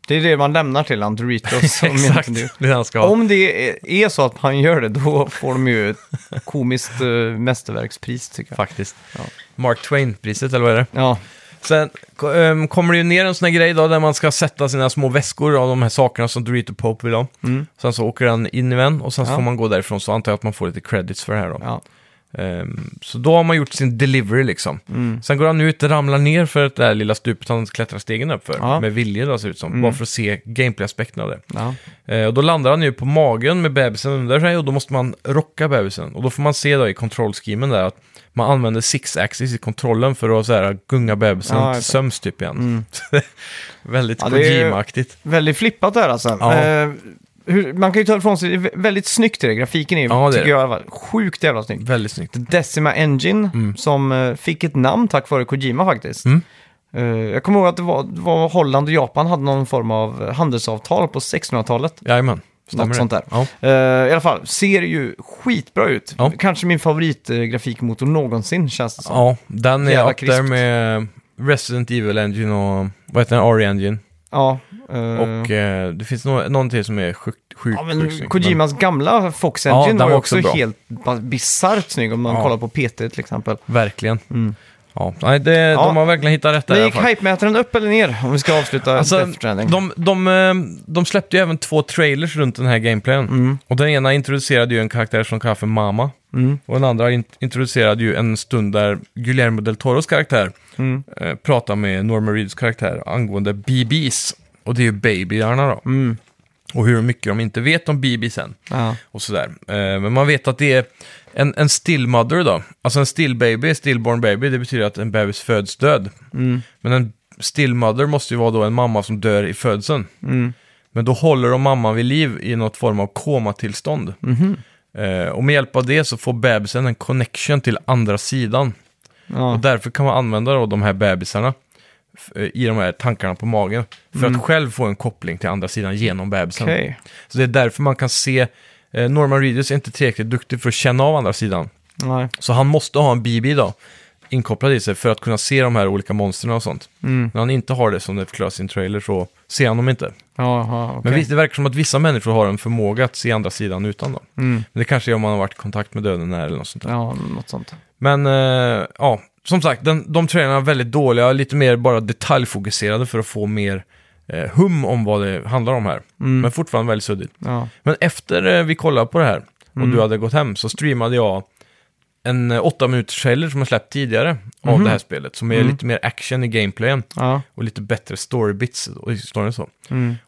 A: det är det man lämnar till han, Doritos. om jag
B: Exakt,
A: inte nu.
B: det är det han ska ha.
A: Om det är- är så att han gör det, då får de ju ett komiskt eh, mästerverkspris tycker jag.
B: Faktiskt. Mark Twain-priset, eller vad är det?
A: Ja,
B: Sen ko- ehm, kommer det ju ner en sån här grej då, där man ska sätta sina små väskor av de här sakerna som Dorito Pope vill ha. Sen så åker han in i en och sen
A: Mm.
B: så
A: Ja.
B: får man gå därifrån, så antar jag att man får lite credits för det här då.
A: ja.
B: Ehm, så då har man gjort sin delivery liksom.
A: Mm.
B: Sen går han ut och ramlar ner för det där lilla stupet han klättrar stegen upp för.
A: Ja. Mm.
B: Med vilje då, ser det ut som. Bara för att se gameplay-aspekten av det.
A: ja.
B: Eh, och då landar han ju på magen med bebisen under sig och då måste man rocka bebisen. Och då får man se då i kontrollskimen där att man använder six-axis i kontrollen för att så här, gunga bebisen
A: Ja,
B: till
A: just det.
B: sömns typ igen. Väldigt
A: Ja, det är ju-
B: Kojima-aktigt.
A: Väldigt flippat där alltså.
B: Ja.
A: Eh, hur, man kan ju ta ifrån sig, det är vä- väldigt snyggt är det. Grafiken är ju,
B: Ja, det är
A: tycker
B: det.
A: jag, i alla fall, sjukt jävla snygg.
B: Väldigt snyggt.
A: The Decima Engine som eh, fick ett namn tack vare Kojima faktiskt.
B: Mm.
A: Eh, jag kommer ihåg att det var, det var Holland och Japan hade någon form av handelsavtal på 1600-talet.
B: Jajamän, stämmer
A: Något
B: det?
A: sånt där.
B: Ja.
A: Eh, I alla fall, ser ju skitbra ut.
B: Ja.
A: Kanske min favoritgrafikmotor någonsin känns det som.
B: ja, den är
A: Jävla
B: upp där
A: krispt.
B: med Resident Evil Engine och vad heter den? RE-Engine.
A: Ja, eh,
B: Och eh, det finns no- någon till som är sjukt, sjukt,
A: ja,
B: sjukt
A: men
B: snygg.
A: Kojimas gamla Fox
B: Ja,
A: Engine
B: den
A: var ju
B: var
A: också,
B: också bra.
A: helt ba- bisarrt snygg om man
B: Ja.
A: kollar på PT till exempel.
B: Men, verkligen. Ja, nej, det, de har verkligen hittat rätt där i
A: Mm. Men
B: alla
A: gick
B: fall.
A: hype-mätaren upp eller ner om vi ska avsluta
B: Alltså,
A: Death Stranding?
B: de, de, eh, de släppte ju även två trailers runt den här gameplayen. Och den ena introducerade ju en karaktär som kallas för Mama. Och den andra in- introducerade ju en stund där Guillermo del Toros karaktär
A: Mm.
B: eh, pratar med Norman Reeds karaktär angående BBs. Och det är ju babyarna då. Och hur mycket de inte vet om BBs än.
A: ja.
B: Och sådär. Eh, Men man vet att det är en, en stillmother då. Alltså en stillbaby, stillborn baby, det betyder att en bebis föds död.
A: Mm.
B: Men en stillmother måste ju vara då en mamma som dör i födseln.
A: Mm.
B: Men då håller de mamman vid liv i något form av komatillstånd.
A: Mhm.
B: Eh, Och med hjälp av det så får bebisen en connection till andra sidan.
A: Ja.
B: Och därför kan man använda då de här bebisarna f- eh, i de här tankarna på magen. För att själv få en koppling till andra sidan genom bebisen.
A: Mm. Okej.
B: Så det är därför man kan se, eh, Norman Reedus är inte tillräckligt duktig för att känna av andra sidan.
A: Nej.
B: Så han måste ha en BB då, inkopplad i sig, för att kunna se de här olika monstren och sånt.
A: Mm.
B: När han inte har det, som det förklaras i en trailer, så ser han dem inte.
A: Jaha,
B: Men
A: okej.
B: visst, det verkar som att vissa människor har en förmåga att se andra sidan utan dem. Men det kanske är om man har varit i kontakt med döden här eller något sånt där.
A: Mm. Ja, något sånt.
B: Men eh, ja, som sagt, den, de trailerna är väldigt dåliga, lite mer bara detaljfokuserade för att få mer eh, hum om vad det handlar om här.
A: Mm.
B: Men fortfarande väldigt suddigt.
A: Ja.
B: Men efter eh, vi kollade på det här och
A: Mm.
B: du hade gått hem så streamade jag en eh, åtta minuters trailer som jag släppt tidigare
A: Mhm.
B: av det här spelet. Som är
A: Mm.
B: lite mer action i gameplayen
A: Ja. Mm.
B: och lite bättre storybits och i storyn och så.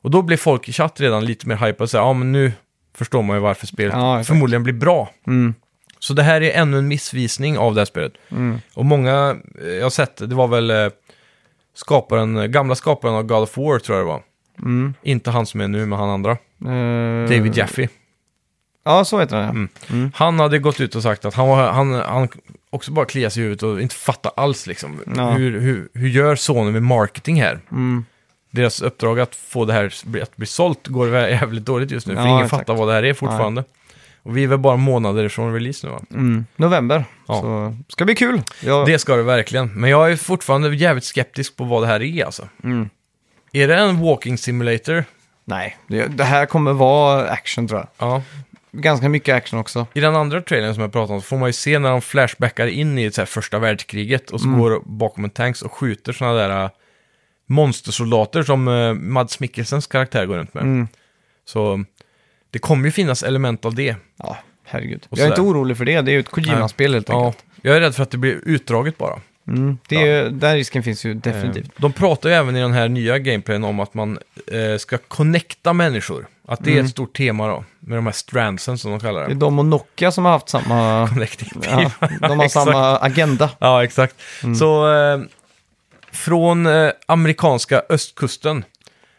B: Och då blev folk i chatt redan lite mer hypade och sa, ja men nu förstår man ju varför spelet
A: Ja, exakt.
B: förmodligen blir bra.
A: Mm.
B: Så det här är ännu en missvisning av det här spelet.
A: Mm.
B: Och många, eh, jag har sett, det var väl eh, skaparen, eh, gamla skaparen av God of War tror jag det var. Inte han som är nu, men han andra.
A: Mm. Eh,
B: David Mm. Jaffe.
A: Ja, så heter den ja.
B: Han hade gått ut och sagt att han, var, han, han också bara kliade sig i huvudet och inte fattade alls liksom.
A: Ja.
B: Hur, hur, hur gör Sony med marketing här?
A: Mm.
B: Deras uppdrag att få det här att bli- att bli sålt går vä- jävligt dåligt just nu. För
A: Ja,
B: ingen
A: exakt.
B: fattar vad det här är fortfarande. Och vi är väl bara månader ifrån release nu va?
A: Mm. November.
B: Ja.
A: Så ska bli kul. Ja.
B: Det ska det verkligen. Men jag är fortfarande jävligt skeptisk på vad det här är alltså.
A: Mm.
B: Är det en walking simulator?
A: Nej, det, det här kommer vara action tror jag.
B: Ja.
A: Ganska mycket action också.
B: I den andra trailern som jag pratade om så får man ju se när de flashbackar in i så här första världskriget och så går bakom en tanks och skjuter sådana där äh, monstersoldater som äh, Mads Mikkelsens karaktär går runt med. Så det kommer ju finnas element av det.
A: Ja, herregud.
B: Och
A: jag är
B: sådär.
A: inte orolig för det. Det är ju ett Kojima-spel helt
B: Ja,
A: enkelt.
B: jag är rädd för att det blir utdraget bara.
A: Mm. Det är, ju- Den risken finns ju definitivt.
B: Eh, De pratar ju även i den här nya gameplayen om att man eh, ska connecta människor. Att det är ett stort tema då, med de här strandsen som de kallar
A: Det är
B: det.
A: de och Nokia som har haft samma...
B: Connecting
A: Ja, de har
B: Exakt.
A: samma agenda.
B: Ja, exakt. Så eh, från eh, amerikanska östkusten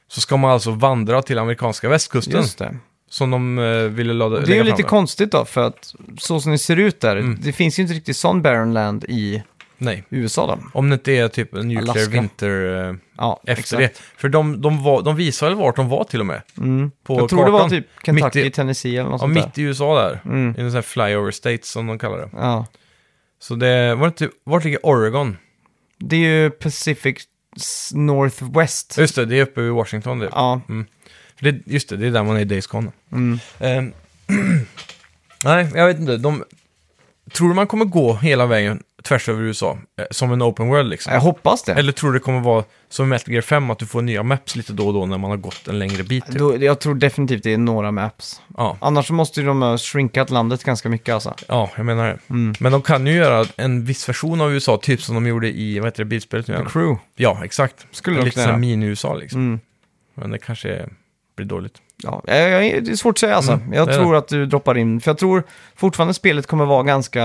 B: så ska man alltså vandra till amerikanska västkusten.
A: Just det.
B: Som de eh, ville lada,
A: Det är ju
B: lägga
A: lite
B: fram.
A: konstigt då, för att så som det ser ut där,
B: Mm.
A: det finns ju inte riktigt sån barrenland i
B: Nej.
A: USA då.
B: Om det inte är typ en nuclear
A: Alaska.
B: winter eh,
A: Ja,
B: efter det. För de, de, var, de visade väl vart de var till och med.
A: Mm.
B: På
A: Jag tror det var
B: kartan.
A: typ Kentucky,
B: Mitt i-
A: Tennessee eller något
B: Ja,
A: sånt där.
B: mitt i USA där.
A: Mm.
B: I en sån här flyover state som de kallar det.
A: Ja.
B: Så det var inte typ, vart ligger Oregon?
A: Det är ju Pacific s- Northwest.
B: Just det, det är uppe i Washington. typ. Det.
A: Ja,
B: För det just det, det är där man är i Days Gone.
A: mm.
B: Ehm, nej, jag vet inte. De, tror du man kommer gå hela vägen tvärs över USA? eh, Som en open world liksom?
A: jag hoppas det.
B: Eller tror du det kommer vara som i Metal Gear 5, att du får nya maps lite då och då när man har gått en längre bit? Typ.
A: Då, jag tror definitivt det är några maps.
B: Ja,
A: Annars så måste ju de ha shrinkat landet ganska mycket alltså.
B: ja, jag menar det.
A: Mm.
B: Men de kan ju göra en viss version av USA, typ som de gjorde i, vad heter det, bilspelet nu? igen?
A: Crew.
B: Ja, exakt.
A: Skulle de
B: lite
A: kunna
B: sån här
A: göra.
B: mini-USA liksom.
A: Mm.
B: Men det kanske är- blir dåligt.
A: Ja, eh, jag, jag, det är svårt att säga alltså.
B: Mm,
A: jag
B: det är
A: tror att du droppar in, för jag tror fortfarande spelet kommer vara ganska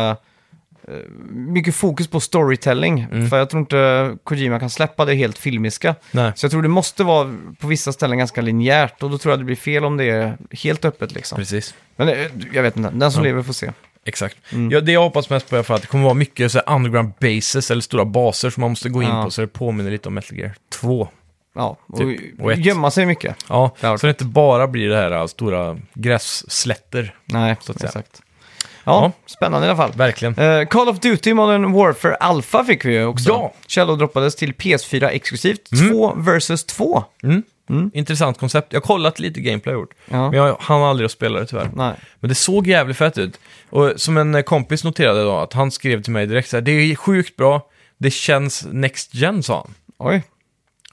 A: eh, mycket fokus på storytelling.
B: Mm.
A: För jag tror inte Kojima kan släppa det helt filmiska.
B: Nej,
A: Så jag tror det måste vara på vissa ställen ganska linjärt och då tror jag det blir fel om det är helt öppet liksom.
B: precis.
A: Men eh, jag vet inte, den som
B: Ja.
A: lever får se.
B: Exakt.
A: Mm.
B: Ja, det jag hoppas mest på är för att det kommer vara mycket så här underground bases eller stora baser som man måste gå in
A: Ja.
B: på så det påminner lite om Metal Gear 2.
A: Ja, och
B: Typ, och ett.
A: gömma sig mycket.
B: Ja,
A: Det har-
B: så det inte bara blir det här äh, stora grässlätter.
A: Nej,
B: Så att säga.
A: exakt. Ja,
B: Ja.
A: spännande i alla fall.
B: Verkligen.
A: Eh, Call of Duty Modern Warfare Alpha fick vi ju också.
B: Ja.
A: Shadow droppades till PS4 exklusivt.
B: Mm.
A: 2 vs 2.
B: Mm. Intressant koncept. Jag har kollat lite gameplay jag gjort.
A: Ja.
B: Men jag hann aldrig att spela det tyvärr.
A: Nej.
B: Men det såg jävligt fett ut. Och som en eh, kompis noterade då, att han skrev till mig direkt så här, det är sjukt bra, det känns next gen sa han.
A: Oj.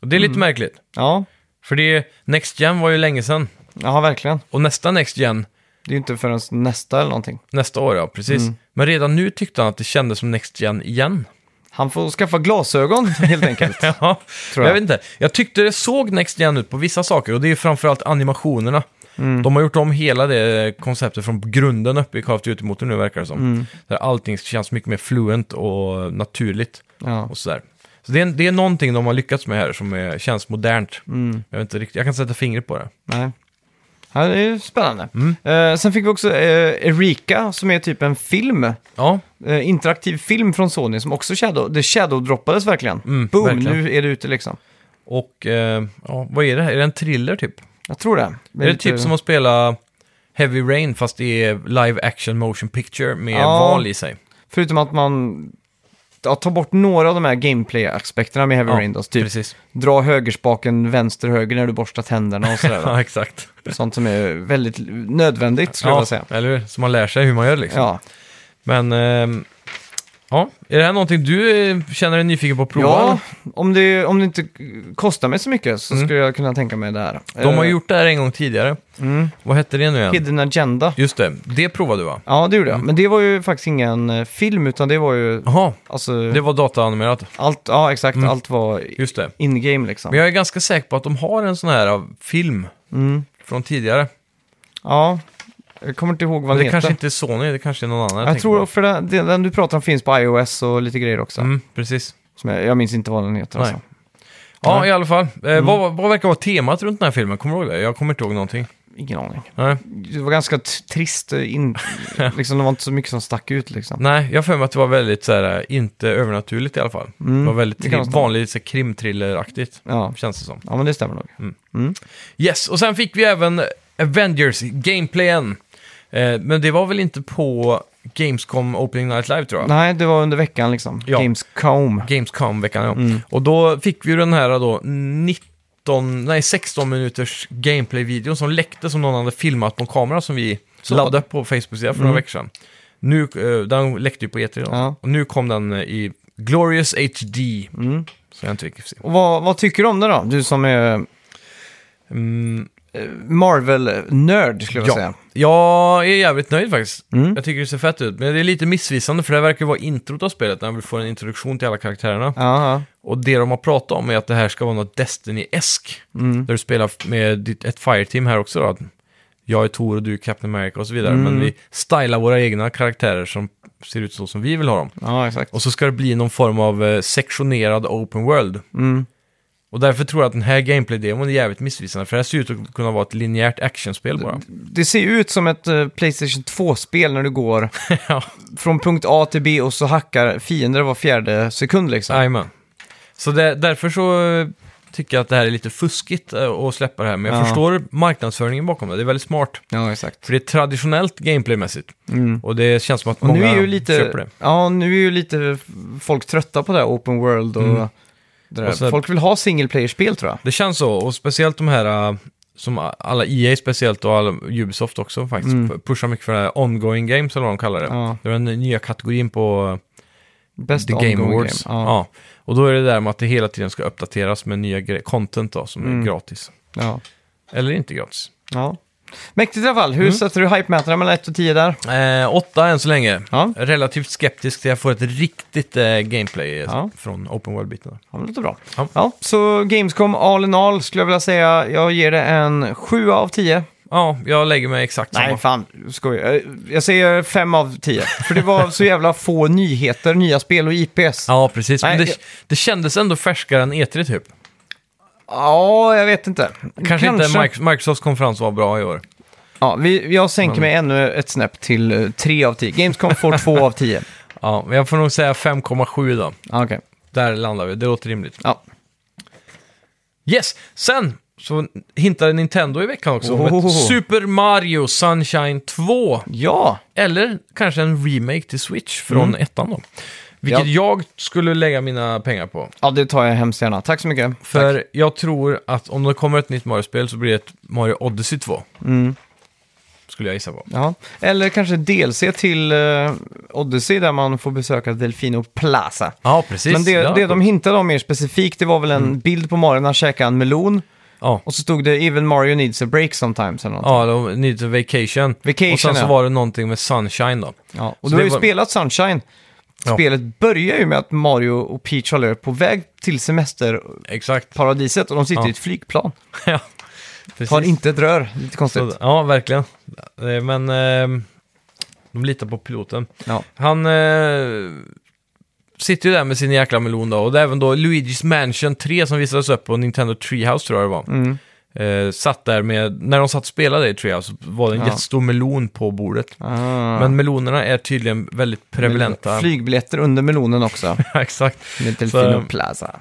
B: Och det är lite
A: Mm.
B: märkligt.
A: Ja.
B: För det, next gen var ju länge sedan.
A: ja, verkligen.
B: Och nästa next gen,
A: Det är ju inte förrän nästa eller någonting.
B: nästa år ja, precis.
A: Mm.
B: Men redan nu tyckte han att det kändes som next gen igen.
A: Han får skaffa glasögon helt enkelt.
B: Ja,
A: Tror jag.
B: jag. vet inte. Jag tyckte det såg Next Gen ut på vissa saker och det är ju framförallt animationerna.
A: Mm.
B: De har gjort om hela det konceptet från grunden upp i Call of Duty-motorn nu verkar det som.
A: Mm.
B: Där allting känns mycket mer fluent och naturligt
A: Ja.
B: och sådär. Så det är, det är någonting de har lyckats med här som är, känns modernt.
A: Mm.
B: Jag vet inte riktigt, jag kan inte sätta fingret på det.
A: Nej. Ja, det är ju spännande.
B: Mm.
A: Eh, sen fick vi också eh, Erika som är typ en film.
B: Ja,
A: Eh, interaktiv film från Sony som också shadow, det shadow-droppades verkligen.
B: Mm,
A: Boom,
B: verkligen.
A: nu är det ute liksom.
B: och eh, ja, vad är det här? Är det en thriller typ?
A: Jag tror det.
B: Är det typ som att spela Heavy Rain fast det är live action motion picture med
A: Ja.
B: val i sig?
A: Förutom att man ja, tar bort några av de här gameplay-aspekterna med Heavy
B: Ja,
A: Rain. Då, typ
B: Precis.
A: dra högerspaken vänster höger när du borstar tänderna och sådär.
B: Ja, exakt.
A: Sånt som är väldigt nödvändigt skulle jag vilja säga.
B: eller hur? Så man lär sig hur man gör liksom.
A: Ja.
B: Men, ehm, ja. Är det här någonting du eh, känner dig nyfiken på att prova?
A: ja,
B: eller? Mm.
A: om det, om det inte kostar mig så mycket så skulle jag kunna tänka mig det här.
B: De har
A: Eh,
B: gjort det här en gång tidigare.
A: Mm.
B: Vad hette det nu igen?
A: Hidden Agenda.
B: Just det, det provade du va?
A: Ja, det gjorde
B: Mm.
A: jag. Men det var ju faktiskt ingen eh, film, utan det var ju...
B: Jaha,
A: Alltså,
B: det var dataanimerat.
A: allt, ja, exakt. Allt var
B: Just det.
A: in-game liksom.
B: Men jag är ganska säker på att de har en sån här av film
A: Mm.
B: från tidigare.
A: Ja, jag kommer inte ihåg vad
B: Men
A: den
B: det
A: heter.
B: kanske inte är Sony, det kanske är någon annan.
A: Jag,
B: tänker
A: tror,
B: på.
A: för den, den den du pratar om finns på iOS och lite grejer också.
B: Mm, precis.
A: Som jag, jag minns inte vad den heter.
B: Nej.
A: Alltså.
B: Ja,
A: Nej.
B: i alla fall. Eh,
A: Mm.
B: vad, vad verkar vara temat runt den här filmen? Kommer du ihåg det? Jag kommer inte ihåg någonting.
A: Ingen aning.
B: Nej,
A: Det var ganska t- trist, eh, in, liksom, det var inte så mycket som stack ut liksom.
B: Nej jag har för mig att det var väldigt så här, eh, inte övernaturligt i alla fall. Det var väldigt
A: Mm. det kan
B: tri-
A: stämma.
B: vanligt så här krimthrilleraktigt,
A: Ja.
B: känns det som.
A: ja, men det stämmer nog.
B: Mm. Yes, och sen fick vi även Avengers-gameplayen. Eh, men det var väl inte på Gamescom Opening Night Live tror jag?
A: Nej, det var under veckan liksom.
B: Ja.
A: Gamescom.
B: Gamescom-veckan, ja.
A: Mm.
B: Och då fick vi ju den här då 19, nej 16 minuters gameplay-videon som läckte som någon hade filmat på en kamera som vi
A: Så.
B: laddade upp på Facebook för några veckor sedan. Nu, eh, den läckte ju på E3 då.
A: Mm. Ja.
B: Och nu kom den eh, i Glorious HD.
A: Mm.
B: Så jag inte fick se.
A: Och vad, vad tycker du om det då? Du som är
B: Mm,
A: eh, Marvel-nörd skulle jag
B: Ja.
A: säga.
B: jag är jävligt nöjd faktiskt.
A: Mm.
B: Jag tycker det ser fett ut. Men det är lite missvisande för det här verkar vara introt av spelet när vi får en introduktion till alla karaktärerna.
A: Ja, ja.
B: Och det de har pratat om är att det här ska vara något Destiny-esk.
A: Mm.
B: Där du spelar f- med ditt, ett fireteam här också då.
A: Mm.
B: Att Jag är Tor och du är Captain America och så vidare. Men vi stylar våra egna karaktärer som ser ut så som vi vill ha dem.
A: Ja, exakt.
B: Och så ska det bli någon form av eh, sektionerad open world.
A: Mm.
B: Och därför tror jag att den här gameplay-demon är jävligt missvisande, för det här ser ut att kunna vara ett linjärt actionspel bara.
A: Det ser ju ut som ett eh, Playstation 2-spel när du går
B: Ja.
A: från punkt A till B och så hackar fiender var fjärde sekund liksom.
B: Jajamän. Så det, därför så eh, tycker jag att det här är lite fuskigt eh, att släppa det här, men jag
A: Ja.
B: förstår marknadsföringen bakom det. Det är väldigt smart,
A: Ja, exakt.
B: för det är traditionellt gameplaymässigt.
A: Mm.
B: Och det känns som att
A: Och
B: många
A: nu är ju lite,
B: köper det.
A: ja, nu är ju lite folk trötta på det här open world och
B: Mm.
A: det där.
B: Och så-
A: Folk vill ha single player-spel tror jag.
B: Det känns så, och speciellt de här eh, som alla EA speciellt och alla Ubisoft också faktiskt
A: Mm.
B: p- pushar mycket för det här ongoing games eller vad de kallar det.
A: Ja.
B: Det var den nya kategorin på eh,
A: Best
B: The Game
A: ongoing
B: Awards.
A: game. Ja.
B: Ja. Och då är det där med att det hela tiden ska uppdateras med nya gre- content då, som
A: Mm.
B: är gratis.
A: Ja.
B: Eller inte gratis.
A: Ja. Mäktigt i alla fall. Hur
B: Mm.
A: sätter du hype-mätarna mellan 1 och 10 där?
B: Eh, åtta än så länge.
A: Ja.
B: Relativt skeptisk till jag får ett riktigt eh, gameplay eh,
A: Ja.
B: från Open World-biten.
A: Ja, men det låter bra. Ja.
B: Ja.
A: så Gamescom all in all skulle jag vilja säga. Jag ger det en 7 av 10.
B: Ja, jag lägger mig exakt samma.
A: Nej, fan. Skojar. Eh, Jag säger 5 av 10. För det var så jävla få nyheter, nya spel och IPs. Ja,
B: Ja, precis.
A: Nej,
B: Men
A: jag-
B: det, det kändes ändå färskare än E3 typ.
A: jag vet inte.
B: Kanske, inte Mic- Microsofts konferens var bra i år.
A: Ja, vi, jag sänker
B: Mm.
A: mig ännu ett snäpp till 3 av 10. Gamescom får 2 av 10.
B: Ja, men jag får nog säga 5,7 då.
A: Ja, Okej.
B: Där landar vi, det låter rimligt.
A: Ja.
B: Yes, sen så hintade Nintendo i veckan också om
A: Ohohoho.
B: ett Super Mario Sunshine 2.
A: ja,
B: Eller kanske en remake till Switch från
A: Mm.
B: ettan då. Vilket
A: Ja.
B: jag skulle lägga mina pengar på.
A: ja, det tar jag hemskt gärna. Tack så mycket.
B: För jag tror att om det kommer ett nytt Mario-spel så blir det ett Mario Odyssey 2.
A: Mm.
B: Skulle jag gissa på.
A: Ja, eller kanske DLC till eh, Odyssey där man får besöka Delfino Plaza.
B: Ja, Mm. precis.
A: Men det, det de hintade om mer specifikt, det var väl en bild på Mario när han käkade en melon.
B: Ja,
A: Och så stod det “Even Mario needs a break sometimes” eller något.
B: ja de, Need to Vacation.
A: Vacation,
B: Och sen
A: ja.
B: så var det någonting med Sunshine då.
A: Ja. Och du
B: Så
A: har
B: det
A: ju
B: var-
A: spelat Sunshine.
B: Ja.
A: Spelet börjar ju med att Mario och Peach håller på väg till semesterparadiset
B: Exakt.
A: och de sitter
B: Ja.
A: i ett flygplan.
B: ja, precis.
A: Har inte ett rör, lite konstigt.
B: Så- Ja, verkligen. Eh, Men eh, de litar på piloten.
A: Ja.
B: Han eh, sitter ju där med sin jäkla melon då. Och det är även då Luigi's Mansion 3 som visades upp på Nintendo Treehouse tror jag det var.
A: Mm.
B: Eh, satt där med, när de satt och spelade i Treehouse så var det en
A: Ja.
B: jättestor melon på bordet.
A: Ah.
B: Men melonerna är tydligen väldigt prevalenta.
A: Flygbiljetter under melonen också.
B: Ja, Exakt.
A: Med Delfino
B: Så-
A: Plaza.
B: Så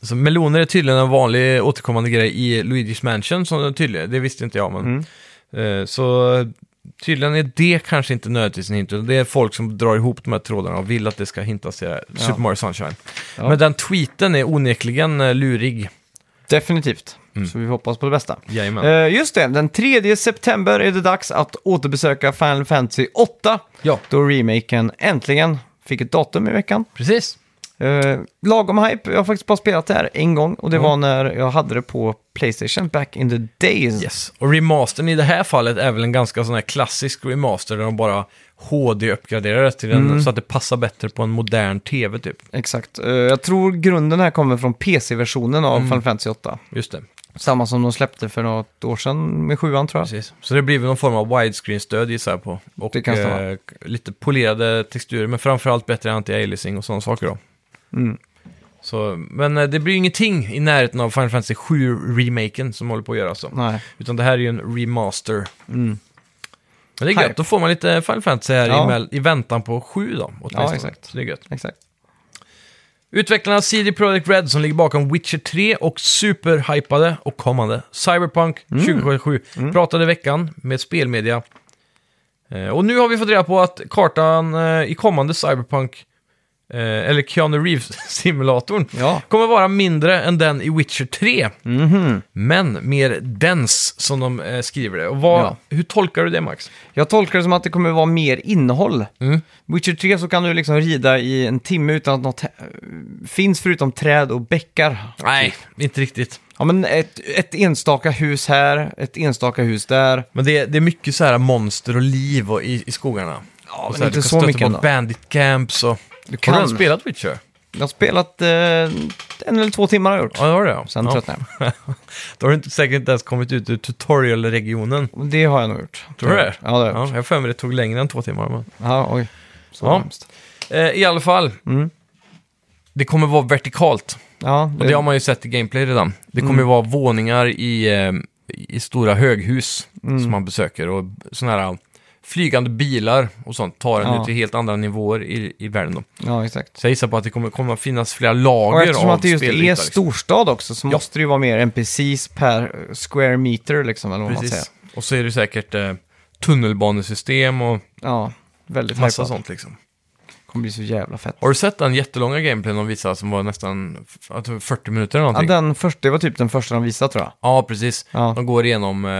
B: Alltså, meloner är tydligen en vanlig återkommande grej i Luigi's Mansion, som tydligen, det visste inte jag. Men, eh, så tydligen är det kanske inte nödvändigtvis en hint, utan det är folk som drar ihop de här trådarna och vill att det ska hintas till det här. Super Mario Sunshine.
A: Ja.
B: Men den tweeten är onekligen eh, lurig.
A: Definitivt. Så vi hoppas på det bästa.
B: Mm. Jajamän.
A: Eh, just det, den 3 september är det dags att återbesöka Final Fantasy 8.
B: Ja.
A: Då remaken äntligen fick ett datum i veckan.
B: Precis.
A: Eh, lagom hype, jag har faktiskt bara spelat det här en gång och det
B: Mm.
A: var när jag hade det på Playstation back in the days.
B: Yes. Och remastern i det här fallet är väl en ganska sån här klassisk remaster där de bara HD-uppgraderar det till den så att det passar bättre på en modern TV typ.
A: Exakt. Eh, jag tror grunden här kommer från PC-versionen av
B: Mm.
A: Final Fantasy 8.
B: Just det.
A: Samma som de släppte för något år sedan med sjuan tror jag.
B: Precis. Så det blir väl någon form av widescreen-stöd gissar jag på. Och
A: Det kan stämma.
B: eh, lite polerade texturer, men framförallt bättre anti-aliasing och sådana saker då.
A: Mm.
B: Så, men eh, det blir ju ingenting i närheten av Final Fantasy 7-remaken som håller på att göras. då.
A: Nej.
B: Utan det här är ju en remaster. Men det är
A: Mm. Hype.
B: gött, då får man lite Final Fantasy här
A: Ja.
B: i, mell- i väntan på 7 då. åtminstone.
A: exakt.
B: Så det är gött.
A: Exakt.
B: Utvecklarna CD Projekt Red som ligger bakom Witcher 3 och superhypade och kommande Cyberpunk
A: Mm.
B: 2077 pratade i veckan med spelmedia. Eh, och nu har vi fått reda på att kartan eh, i kommande Cyberpunk, eh, eller Keanu Reeves-simulatorn,
A: Ja. Mhm.
B: kommer vara mindre än den i Witcher 3. Men mer dens som de eh, skriver det. Och vad,
A: Ja.
B: hur tolkar du det Max?
A: Jag tolkar det som att det kommer vara mer innehåll.
B: Mm.
A: Witcher 3 så kan du liksom rida i en timme utan att något eh, finns förutom träd och bäckar. Typ.
B: Nej, Typ, inte riktigt.
A: Ja, men ett, ett enstaka hus här, ett enstaka hus där.
B: Men det, det är mycket så här monster och liv och i, i skogarna.
A: Ja,
B: Och
A: men
B: så här,
A: inte
B: du
A: så
B: kan stöta
A: mycket
B: på
A: ändå.
B: bandit camps och...
A: Du
B: Kan. Har
A: kan.
B: du spelat Witcher?
A: Jag har spelat eh, en eller två timmar har jag gjort.
B: Ja, det har du ja.
A: Sen
B: ja.
A: tröttnade
B: Då har du inte, säkert inte ens kommit ut ur tutorial-regionionen.
A: jag. Och Det har jag nog gjort.
B: Tror du det?
A: Ja, det har jag
B: Ja,
A: gjort.
B: jag har för mig det tog längre än två timmar. Men...
A: Ja, oj. Så
B: Ja.
A: hemskt. Mm.
B: Eh, I alla fall. Det kommer vara vertikalt.
A: Ja,
B: Och det har man ju sett i gameplay redan. Det
A: Mm.
B: kommer ju vara våningar i, eh, i stora höghus
A: Mm.
B: som man besöker. Och sådana här eh, flygande bilar och sånt tar en
A: Ja.
B: ut till helt andra nivåer i, i världen då.
A: ja, exakt.
B: Så jag gissar på att det kommer, kommer att finnas flera
A: Och
B: lager
A: eftersom
B: av
A: att det just
B: spelbitar.
A: är
B: liksom.
A: storstad också så
B: Ja.
A: måste det ju vara mer NPCs per eh, square meter liksom, eller vad man säger.
B: Precis. Och så är det säkert eh, tunnelbanesystem och
A: Ja, väldigt
B: massa
A: hypat.
B: sånt liksom.
A: kommer bli så jävla fett.
B: Har du sett den jättelånga gameplayen de visade som var nästan f- att det var 40 minuter eller
A: Ja,
B: någonting? Ja,
A: den första, det var typ den första de visade tror jag.
B: precis.
A: Ja.
B: De går igenom eh,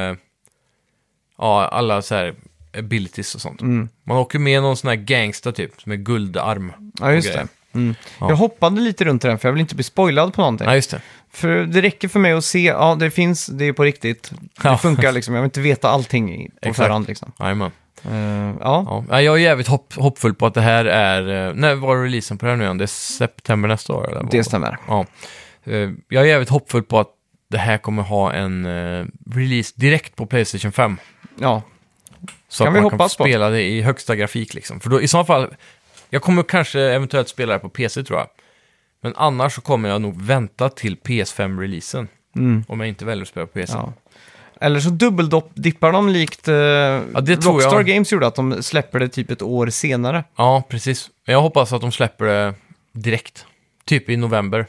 B: ja, alla så här abilities och sånt.
A: Mm.
B: Man åker med någon sån här gangster typ, med guldarm.
A: Ja, just
B: Okej.
A: det. Mm.
B: Ja.
A: Jag hoppade lite runt i den för jag vill inte bli spoilad på någonting.
B: Ja, just det.
A: För det räcker för mig att se, ja det finns, det är på riktigt.
B: Ja.
A: Det funkar liksom, jag vill inte veta allting i- på
B: Exakt.
A: förhand liksom.
B: Jajamän.
A: Eh, ja.
B: Ja. Nej, Jag är jävligt hopp, hoppfull på att det här är... eh, När var releasen på det här nu igen? Det är september nästa år? Eller? vad?
A: det stämmer.
B: Ja. Eh, Jag är jävligt hoppfull på att det här kommer ha en eh, release direkt på Playstation 5.
A: Ja,
B: Så
A: Kan
B: att
A: vi
B: man
A: hoppas på.
B: kan spela det i högsta grafik liksom. För då, i så fall, jag kommer kanske eventuellt spela det på PC tror jag. Men annars så kommer jag nog vänta till PS5-releasen. Om jag inte väljer att spela på PC.
A: Mm. Ja. Eller så dubbeldippar de likt eh,
B: det tror
A: Rockstar
B: jag.
A: Games gjorde, att de släpper det typ ett år senare.
B: Ja, precis. Men jag hoppas att de släpper det direkt. Typ i november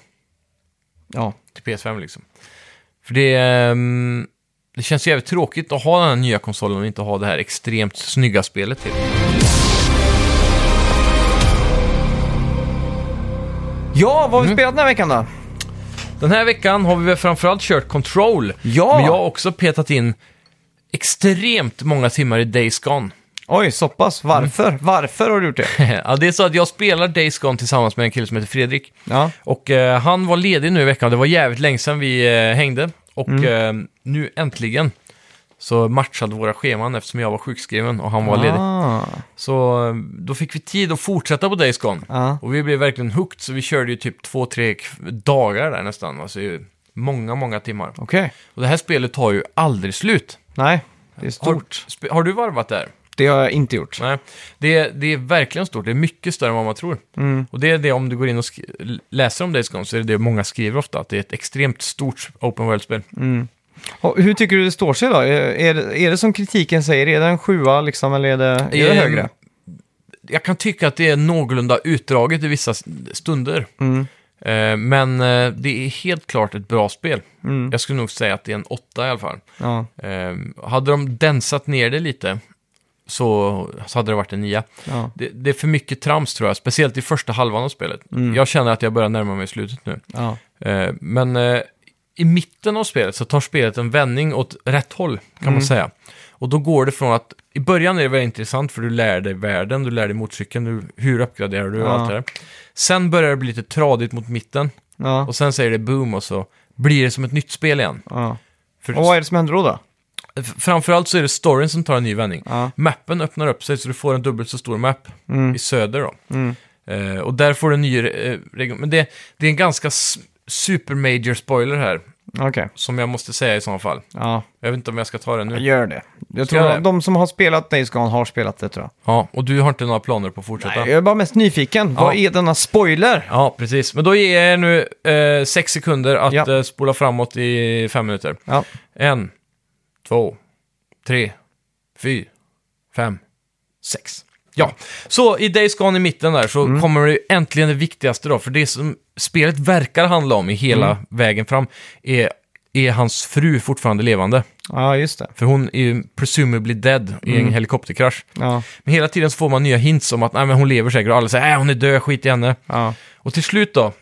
A: Ja,
B: till PS5 liksom. För det, ehm, det känns jävligt tråkigt att ha den här nya konsolen och inte ha det här extremt snygga spelet till.
A: ja vad har vi
B: mm.
A: spelat den här veckan då?
B: Den här veckan har vi väl framförallt kört Control.
A: Ja.
B: Men jag har också petat in extremt många timmar i Days Gone.
A: Oj, så pass. Varför?
B: Mm.
A: Varför har du gjort det?
B: ja, det är så att jag spelar Days Gone tillsammans med en kille som heter Fredrik.
A: Ja,
B: Och eh, han var ledig nu i veckan, det var jävligt länge sedan vi eh, hängde. Och
A: Mm.
B: eh, nu äntligen så matchade våra scheman eftersom jag var sjukskriven och han var ledig.
A: ah,
B: Så eh, då fick vi tid att fortsätta på Days Gone.
A: Ja.
B: Och vi blev verkligen hooked, så vi körde ju typ två, tre k- dagar där nästan. Alltså ju många, många timmar.
A: okej.
B: Och det här spelet tar ju aldrig slut.
A: Nej, det är
B: Har,
A: stort.
B: sp- har du varvat där?
A: Det har jag inte gjort.
B: Nej. Det är, det är verkligen stort. Det är mycket större än vad man tror. Och det är det om du går in och sk- läser om Days Gone så är det det många skriver ofta. Att det är ett extremt stort open world-spel.
A: Mm. Och Hur tycker du det står sig då? Är, är, det- är det som kritiken säger, är det en sjua liksom, eller är det, är det
B: Ehm,
A: högre?
B: Jag kan tycka att det är någorlunda utdraget i vissa s- stunder.
A: Mm.
B: Eh, Men eh, det är helt klart ett bra spel.
A: Mm.
B: Jag skulle nog säga att det är en åtta i alla fall.
A: Ja,
B: Eh, Hade de densat ner det lite så, så hade det varit en nia.
A: ja,
B: Det, det är för mycket trams tror jag, speciellt i första halvan av spelet. Jag känner att jag börjar närma mig slutet nu.
A: ja.
B: Eh, men eh, i mitten av spelet så tar spelet en vändning åt rätt håll, kan man säga. Och då går det från att, i början är det väldigt intressant för du lär dig världen, du lär dig motorcykeln, du, hur uppgraderar du och
A: Ja.
B: allt det där. Sen börjar det bli lite tradigt mot mitten
A: ja,
B: och sen säger det boom och så blir det som ett nytt spel igen.
A: ja.
B: För,
A: Och vad är det som händer då? då?
B: f- Framförallt så är det storyn som tar en ny vändning.
A: Ja.
B: Mappen öppnar upp sig så du får en dubbelt så stor map
A: Mm.
B: i söder då.
A: Mm.
B: Eh, och där får du en ny eh, region. Men det, det är en ganska s- super major spoiler här,
A: Okej,
B: som jag måste säga i sådana fall.
A: ja.
B: Jag vet inte om jag ska ta den nu.
A: Gör det. Jag
B: Ska
A: tror
B: jag det?
A: att de som har spelat Days Gone har spelat det tror jag.
B: Ja, och du har inte några planer på att fortsätta?
A: Jag är bara mest nyfiken. Vad
B: Ja.
A: är denna spoiler?
B: Ja, precis. Men då ger jag er nu eh, sex sekunder att
A: Ja.
B: eh, spola framåt i fem minuter.
A: Ja.
B: En, två, tre, fyra, fem, sex. Ja, så i Days Gone i mitten där så kommer det ju äntligen det viktigaste då, för det som spelet verkar handla om i hela vägen fram är, är hans fru fortfarande levande?
A: ja, just det.
B: För hon är ju presumably dead i en helikopterkrasch.
A: Ja,
B: Men hela tiden så får man nya hints om att nej, men hon lever säkert och alla säger äh, hon är död, skit i henne.
A: ja,
B: Och till slut då,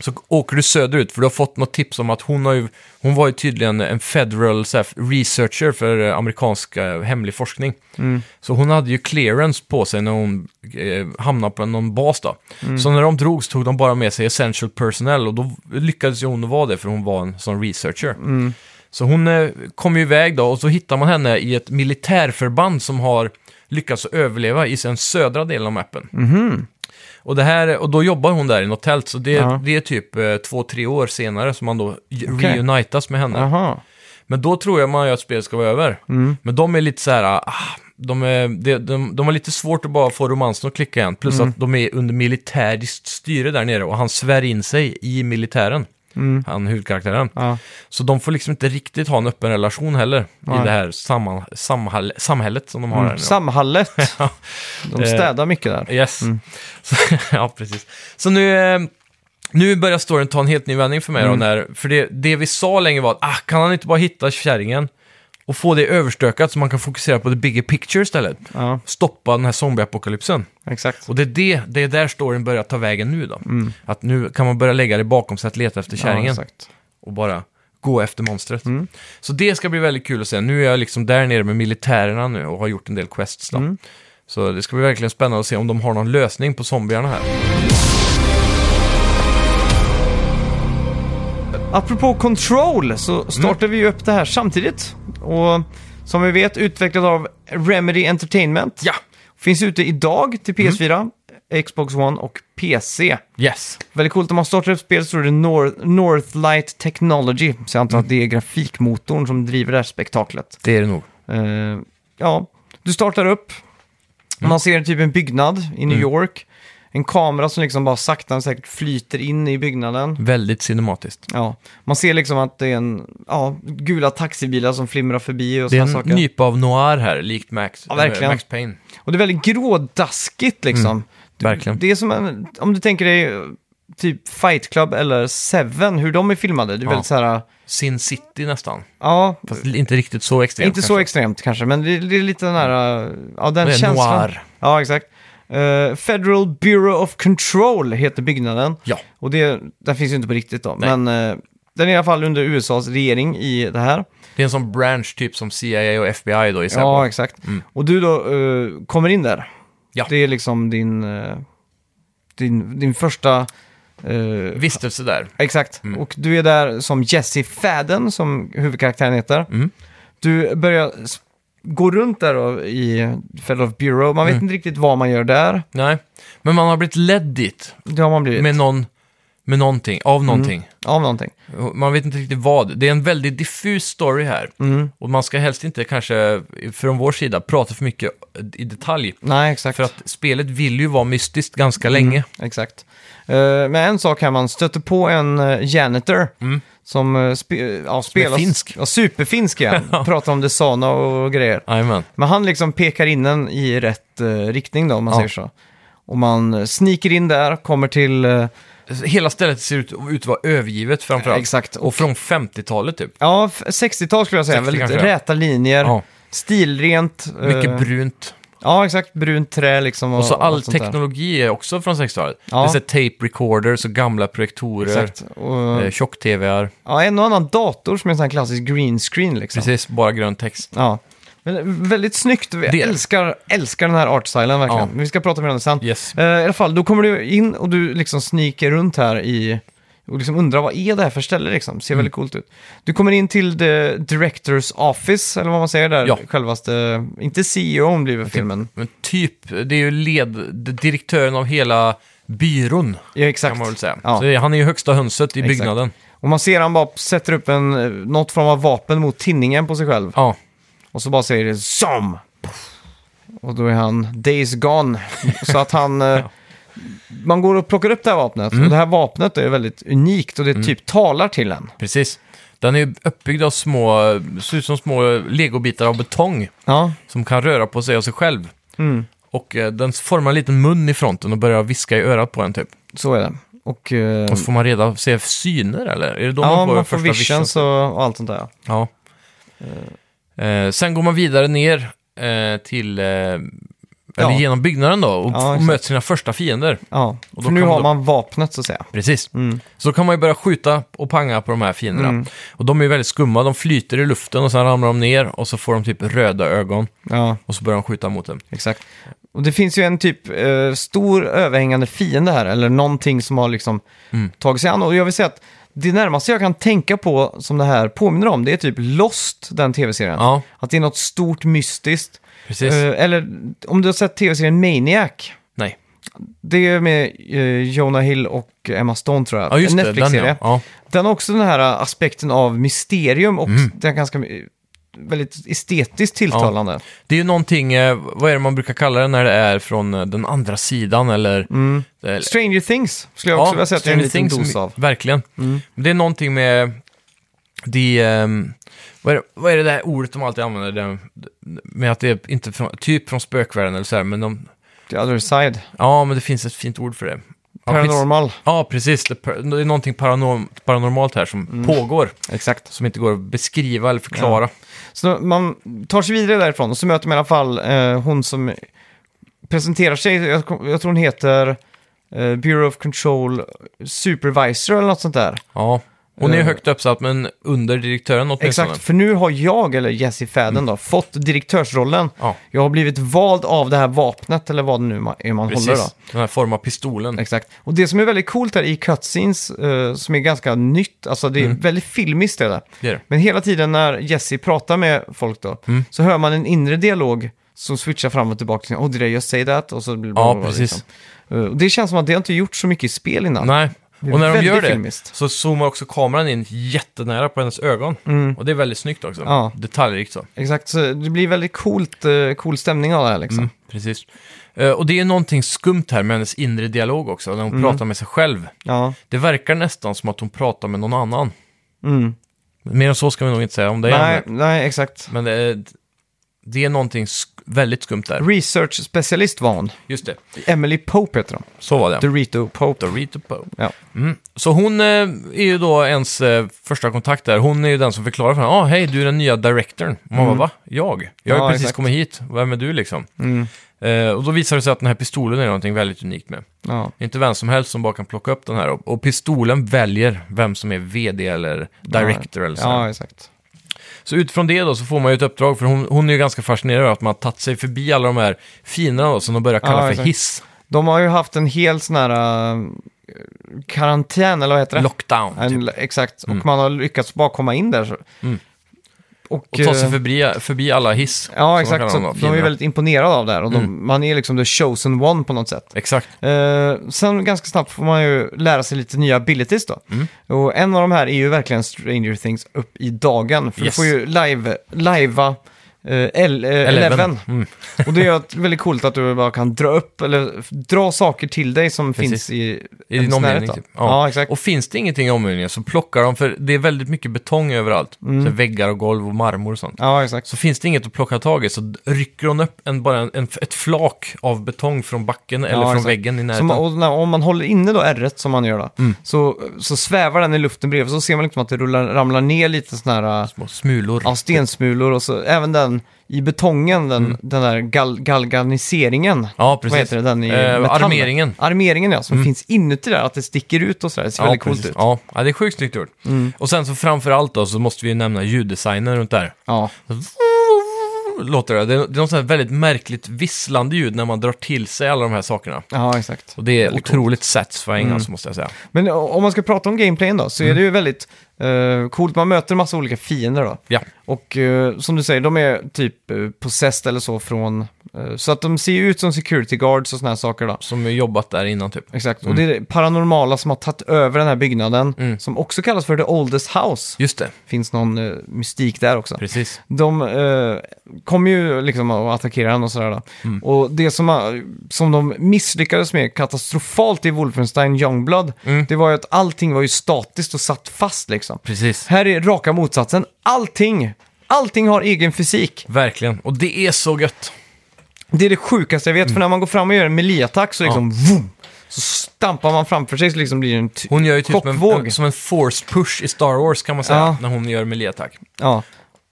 B: så åker du söderut för du har fått något tips om att hon har ju, hon var ju tydligen en federal så här, researcher för eh, amerikansk eh, hemlig forskning. Så hon hade ju clearance på sig när hon eh, hamnade på någon bas då. Så när de drogs tog de bara med sig essential personnel och då lyckades ju hon vara det för hon var en sån researcher. Så hon eh, kom ju iväg då och så hittar man henne i ett militärförband som har lyckats överleva i den södra delen av mappen. Och, det här, och då jobbar hon där i något tält, så det,
A: Mhm. Ja.
B: det är typ eh, två, tre år senare som man då j-
A: Okej.
B: reunitas med henne.
A: aha. Mm.
B: Men då tror jag man ju att spelet ska vara över. Men de är lite så här, ah, de, är, de, de, de har lite svårt att bara få romansen att klicka igen.
A: Mm.
B: Plus att de är under militäriskt styre där nere och han svär in sig i militären.
A: Mm.
B: Han huvudkaraktären.
A: Ja.
B: Så de får liksom inte riktigt ha en öppen relation heller
A: Nej. Mm,
B: i det här samman, samhall, samhället som de har här nu.
A: Samhallet. De städar mycket där.
B: Yes. Så, ja, precis. Så nu, eh, nu börjar storyn ta en helt ny vändning för mig.
A: Mm.
B: Då, när, för det, det vi sa länge var att ah, kan han inte bara hitta kärringen och få det överstökat så man kan fokusera på the bigger picture istället?
A: Ja,
B: Stoppa den här zombieapokalypsen.
A: exakt.
B: Och det är, det, det är där storyn börjar ta vägen nu då. Att nu kan man börja lägga det bakom sig att leta efter
A: Mm. Ja,
B: kärringen
A: exakt.
B: och bara gå efter monstret.
A: Mm.
B: Så det ska bli väldigt kul att se. Nu är jag liksom där nere med militärerna nu och har gjort en del quests då.
A: Mm.
B: Så det ska bli verkligen spännande att se om de har någon lösning på zombierna här.
A: Apropå Control så startar vi ju upp det här samtidigt. Och som vi vet utvecklad av Remedy Entertainment.
B: Ja!
A: Finns ute idag till PS4, Xbox One och PC.
B: Yes!
A: Väldigt coolt, om man startar upp spel så står det Nor- Northlight Technology. Så jag antar att det är grafikmotorn som driver det här spektaklet.
B: Det är det nog.
A: Eh, ja, du startar upp. Man ser typ en byggnad i New York. En kamera som liksom bara sakta men säkert flyter in i byggnaden.
B: Väldigt cinematiskt.
A: Ja, man ser liksom att det är en, ja, gula taxibilar som flimrar förbi och
B: Det är
A: sådana
B: en
A: saker.
B: nypa av noir här, likt Max,
A: Ja, verkligen.
B: äh, Max Payne.
A: Och det är väldigt grådaskigt liksom. Du-
B: Mm, verkligen.
A: Det är som en, om du tänker dig eh, typ Fight Club eller Seven, hur de är filmade. Det är
B: Ja.
A: väldigt så här,
B: Sin City nästan.
A: ja,
B: Fast inte riktigt så extremt.
A: Mm. inte så extremt kanske, men det, det är lite den här, eh, ja den
B: Det är
A: känslan.
B: noir.
A: Ja, exakt. Eh, Federal Bureau of Control heter byggnaden.
B: Ja.
A: Och det, den finns ju inte på riktigt då,
B: Nej.
A: men eh, den är i alla fall under USAs regering i det här.
B: Det är en sån branch typ som CIA och FBI då i
A: Ja,
B: ja.
A: exakt. Och du då eh, kommer in där.
B: Mm. Ja.
A: Det är liksom din, eh, din, din första... eh,
B: Vistelse där.
A: exakt.
B: Mm.
A: Och du är där som Jesse Fadden, som huvudkaraktären heter.
B: Mm.
A: Du börjar s- gå runt där då, i Federal Bureau. Man vet
B: Mm.
A: inte riktigt vad man gör där.
B: Nej. Men man har blivit ledd dit
A: Det har man blivit.
B: med, någon, med någonting,
A: Mm.
B: av någonting.
A: Av någonting.
B: Och Man vet inte riktigt vad. Det är en väldigt diffus story här.
A: Mm.
B: Och man ska helst inte kanske, från vår sida, prata för mycket i detalj.
A: Nej, exakt.
B: För att spelet vill ju vara mystiskt ganska
A: Mm.
B: länge.
A: Exakt. Eh, men en sak här, man stöter på en eh, janitor som eh, spe, eh, ja, spelas...
B: Mm. finsk.
A: Ja, superfinsk igen. Pratar om Desana och grejer.
B: Jajamän.
A: Men han liksom pekar in en i rätt eh, riktning då, om man
B: Ja.
A: säger så. Och man eh, sniker in där, kommer till... eh,
B: Hela stället ser ut ut att vara övergivet framförallt.
A: Exakt.
B: Och från 50-talet typ.
A: ja, f- 60-tal skulle jag säga.
B: 60
A: Väldigt
B: kanske, ja.
A: räta linjer,
B: Ja.
A: stilrent. eh,
B: Mycket brunt.
A: Ja, exakt. Brunt trä liksom. Och,
B: Och så all
A: allt sånt där.
B: teknologi är också från 60-talet.
A: Ja.
B: Det är så här tape recorders och gamla projektorer.
A: Exakt. Och,
B: Eh, Tjock-TVar.
A: ja, en och annan dator som är en sån här klassisk green screen liksom.
B: Precis, bara grön text.
A: Ja. Men väldigt snyggt. Jag
B: Det är det.
A: älskar, älskar den här artstylen verkligen.
B: Ja.
A: Men Vi ska prata mer om det sen.
B: Yes.
A: Eh, I alla fall, då kommer du in och du liksom sneaker runt här i och liksom undrar vad är det här för ställe liksom.
B: Mm.
A: Ser väldigt coolt ut. Du kommer in till the director's office, eller vad man säger där.
B: Ja.
A: Självaste, inte E CEO'n blir väl filmen.
B: Men typ, det är ju led, direktören av hela byrån.
A: Ja,
B: kan
A: exakt.
B: man väl säga.
A: Ja.
B: Så det- han är ju högsta hönset i
A: Exakt.
B: byggnaden.
A: Och man ser han bara sätter upp en, eh, något form av vapen mot tinningen på sig själv.
B: Ja,
A: Och så bara säger det som. Och då är han days gone. Så att han... eh, Man går och plockar upp det här vapnet.
B: Mm.
A: Och det här vapnet är väldigt unikt och det typ talar till en.
B: precis. Den är ju uppbyggd av små, ser ut som små legobitar av betong
A: Ja,
B: som kan röra på sig av sig själv.
A: Mm.
B: Och eh, den formar en liten mun i fronten och börjar viska i örat på en typ.
A: så är det. Och... eh,
B: Och så får man reda se syner eller? Är det då
A: ja,
B: man får,
A: man får
B: första
A: visions och, och allt sånt där. ja.
B: Ja. Eh, sen går man vidare ner eh, till, eh, eller
A: Ja.
B: genom byggnaden då och,
A: Ja,
B: och
A: exakt.
B: möter sina första fiender.
A: Ja,
B: då
A: för nu
B: kan
A: har
B: du-
A: man vapnet så att säga.
B: Precis.
A: Mm.
B: Så kan man ju börja skjuta och panga på de här fienderna. Och de är ju väldigt skumma, de flyter i luften och sen ramlar de ner och så får de typ röda ögon.
A: Ja,
B: Och så börjar de skjuta mot dem.
A: exakt. Och det finns ju en typ eh, stor överhängande fiende här, eller någonting som har liksom
B: Mm.
A: tagit sig an. Och jag vill säga att det närmaste jag kan tänka på som det här påminner om, det är typ Lost, den tv-serien.
B: Ja,
A: Att det är något stort mystiskt.
B: precis.
A: Eh, eller om du har sett tv-serien Maniac.
B: Nej.
A: Det är med eh, Jonah Hill och Emma Stone tror jag.
B: Ja, just
A: en
B: det. Den
A: Netflix-serie.
B: ja. ja. Mm.
A: Den har också den här eh, aspekten av mysterium och den ganska eh, väldigt estetiskt tilltalande.
B: Det är ju någonting, eh, vad är det man brukar kalla det när det är från eh, den andra sidan eller... eller
A: Stranger Things skulle Mm. jag också vilja säga att det är en
B: Stranger
A: liten
B: Things,
A: dos av. Mm.
B: Verkligen. Det är någonting med det... ehm, vad, är det vad är det där ordet de alltid använder? Det, med att det är inte från, typ från spökvärlden eller så här, men de...
A: The other side.
B: Ja, men det finns ett fint ord för det. Ja, finns-
A: Paranormal.
B: Ja, precis. Det, per- det är någonting paranorm, paranormalt här som
A: Mm.
B: pågår.
A: Exakt.
B: Som inte går att beskriva eller förklara.
A: Så man tar sig vidare därifrån och så möter man i alla fall eh, hon som presenterar sig. Jag, kom- jag tror hon heter eh, Bureau of Control Supervisor eller något sånt där.
B: Ja. Hon är ju
A: Eh.
B: högt uppsatt, men under direktören åtminstone.
A: Exakt, för nu har jag, eller Jesse Fäden då, fått direktörsrollen.
B: Ja.
A: Jag har blivit vald av det här vapnet, eller vad det nu ma- är man håller då.
B: Precis, den här formen av pistolen.
A: Exakt. Och det som är väldigt coolt här i cutscenes, eh, som är ganska nytt, alltså det är väldigt filmiskt är det.
B: Det är det.
A: Men hela tiden när Jesse pratar med folk då,
B: Mm.
A: så hör man en inre dialog som switchar fram och tillbaka. Oh, did I just say that? Och så blir det bla,
B: Ja,
A: bla, bla,
B: precis.
A: liksom. Eh, och det känns som att det har inte gjort så mycket i spel innan.
B: Nej,
A: är
B: och när de
A: väldigt
B: gör det
A: filmiskt.
B: så zoomar också kameran in jättenära på hennes ögon. Och det är väldigt snyggt också.
A: Mm. Ja.
B: Detaljrikt så.
A: Exakt, så det blir väldigt coolt, eh, cool stämning av det här liksom.
B: Mm, precis. Eh, och det är någonting skumt här med hennes inre dialog också,
A: Mm.
B: när hon pratar med sig själv.
A: Ja.
B: Det verkar nästan som att hon pratar med någon annan.
A: Mm.
B: Mer än så ska vi nog inte säga om det.
A: Nej,
B: ämnet.
A: nej, exakt.
B: Men det är, det är någonting sk- väldigt skumt där.
A: Research-specialist var hon.
B: Just det,
A: Emily Pope heter hon.
B: så var det.
A: Dorito Pope.
B: Dorito Poe.
A: Ja.
B: Mm. Så hon eh, är ju då ens eh, första kontakt där. Hon är ju den som förklarar för henne. Ah, hej, du är den nya directorn. Och man bara, va? Jag? Jag har ju
A: Mm. Ja,
B: precis
A: exakt.
B: kommit hit. Vem är du liksom?
A: Mm.
B: Eh, och då visar det sig att den här pistolen är någonting väldigt unikt med.
A: Ja.
B: Det är inte vem som helst som bara kan plocka upp den här. Och, och pistolen väljer vem som är vd eller director eller så.
A: Ja, exakt.
B: Så utifrån det då så får man ju ett uppdrag. För hon, hon är ju ganska fascinerad över att man har tagit sig förbi alla de här fina då, som de börjar kalla
A: Ja,
B: för
A: exakt.
B: hiss.
A: De har ju haft en hel sån här eh, karantän, eller vad heter det?
B: Lockdown.
A: En,
B: Typ. Mm.
A: Exakt, och man har lyckats bara komma in där. Så. Och,
B: Och ta sig
A: eh,
B: förbi, förbi alla hiss. som
A: Ja,
B: de
A: exakt.
B: kallar
A: Så
B: dem då, Mm.
A: de är ju
B: fina.
A: väldigt imponerade av det här. Och de, Man är liksom the chosen one på något sätt.
B: Exakt.
A: Eh, sen ganska snabbt får man ju lära sig lite nya abilities då.
B: Mm.
A: Och en av de här är ju verkligen Stranger Things upp i dagen. För
B: Yes.
A: du får ju live, livea uh, L, eh,
B: Eleven. Mm.
A: Eleven. Och det är att- väldigt coolt att du bara kan dra upp eller f- dra saker till dig som
B: Precis.
A: finns i,
B: I din
A: ens
B: omgivning.
A: närhet då.
B: Typ.
A: Ja. exakt.
B: Och finns det ingenting i omgivningen så plockar de, för det är väldigt mycket betong överallt.
A: Mm.
B: Så väggar och golv och marmor och sånt.
A: ja, exakt.
B: Så finns det inget att plocka tag i så d- rycker hon upp en, bara en, en, ett flak av betong från backen eller
A: Ja,
B: från
A: exakt.
B: väggen i
A: Som,
B: närheten. Mm.
A: och när, om man håller inne då r som man gör då, så, så svävar den i luften bredvid. Så ser man liksom att det rullar, ramlar ner lite sådana här...
B: Små smulor.
A: Ja, stensmulor och så även den i betongen, den, den där gal, galganiseringen.
B: Ja, Mm. precis.
A: Vad heter det? Den i
B: Eh,
A: metall.
B: armeringen. Mm.
A: Armeringen ja, som finns inuti där, att det sticker ut och sådär. Det ser
B: Ja,
A: väldigt coolt
B: precis.
A: ut. Mm.
B: Ja. ja, det är sjukt snyggt gjort. Och sen så framför allt då så måste vi ju nämna ljuddesignen runt där.
A: Ja,
B: Låter det. Det är, det är något sånt här väldigt märkligt visslande ljud när man drar till sig alla de här sakerna.
A: ja exakt.
B: Och det är otroligt satisfying
A: Mm.
B: alltså, måste jag säga.
A: Men o- om man ska prata om gameplayen då, så är det ju väldigt eh, coolt. Man möter en massa olika fiender då.
B: Ja.
A: Och eh, som du säger, de är typ eh, possessed eller så från... Eh, så att de ser ju ut som security guards och sådana här saker då.
B: Som har jobbat där innan typ.
A: Exakt, och det är det paranormala som har tagit över den här byggnaden, som också kallas för The Oldest House.
B: Just det,
A: finns någon eh, mystik där också.
B: precis.
A: De eh, kommer ju liksom att attackera den och sådär. Då.
B: Mm.
A: Och det som, eh, som de misslyckades med katastrofalt i Wolfenstein Youngblood,
B: Mm.
A: det var ju att allting var ju statiskt och satt fast liksom.
B: Precis.
A: Här är raka motsatsen. Allting, allting har egen fysik.
B: Verkligen. Och det är så gött.
A: Det är det sjukaste jag vet,
B: Mm.
A: för när man går fram och gör en melee-attack så liksom vroom, så stampar man framför sig så liksom blir det en ty-
B: Hon gör ju typ som en,
A: chockvåg.
B: en, som en force push i Star Wars kan man säga,
A: Ja.
B: när hon gör miljöattack.
A: Ja.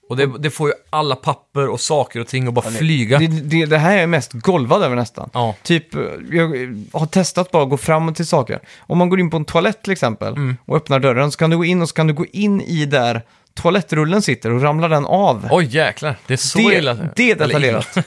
B: Och det, det får ju alla papper och saker och ting att bara flyga.
A: Det, det, det här är jag mest golvad över nästan.
B: Ja.
A: Typ, eh, jag eh, har testat bara att gå fram och till saker. Om man går in på en toalett till exempel
B: Mm.
A: och öppnar dörren så kan du gå in och så kan du gå in i där toalettrullen sitter och ramlar den av.
B: Oj jäklar, det är så
A: Det-
B: illa.
A: det är detaljerat.
B: Eller illa.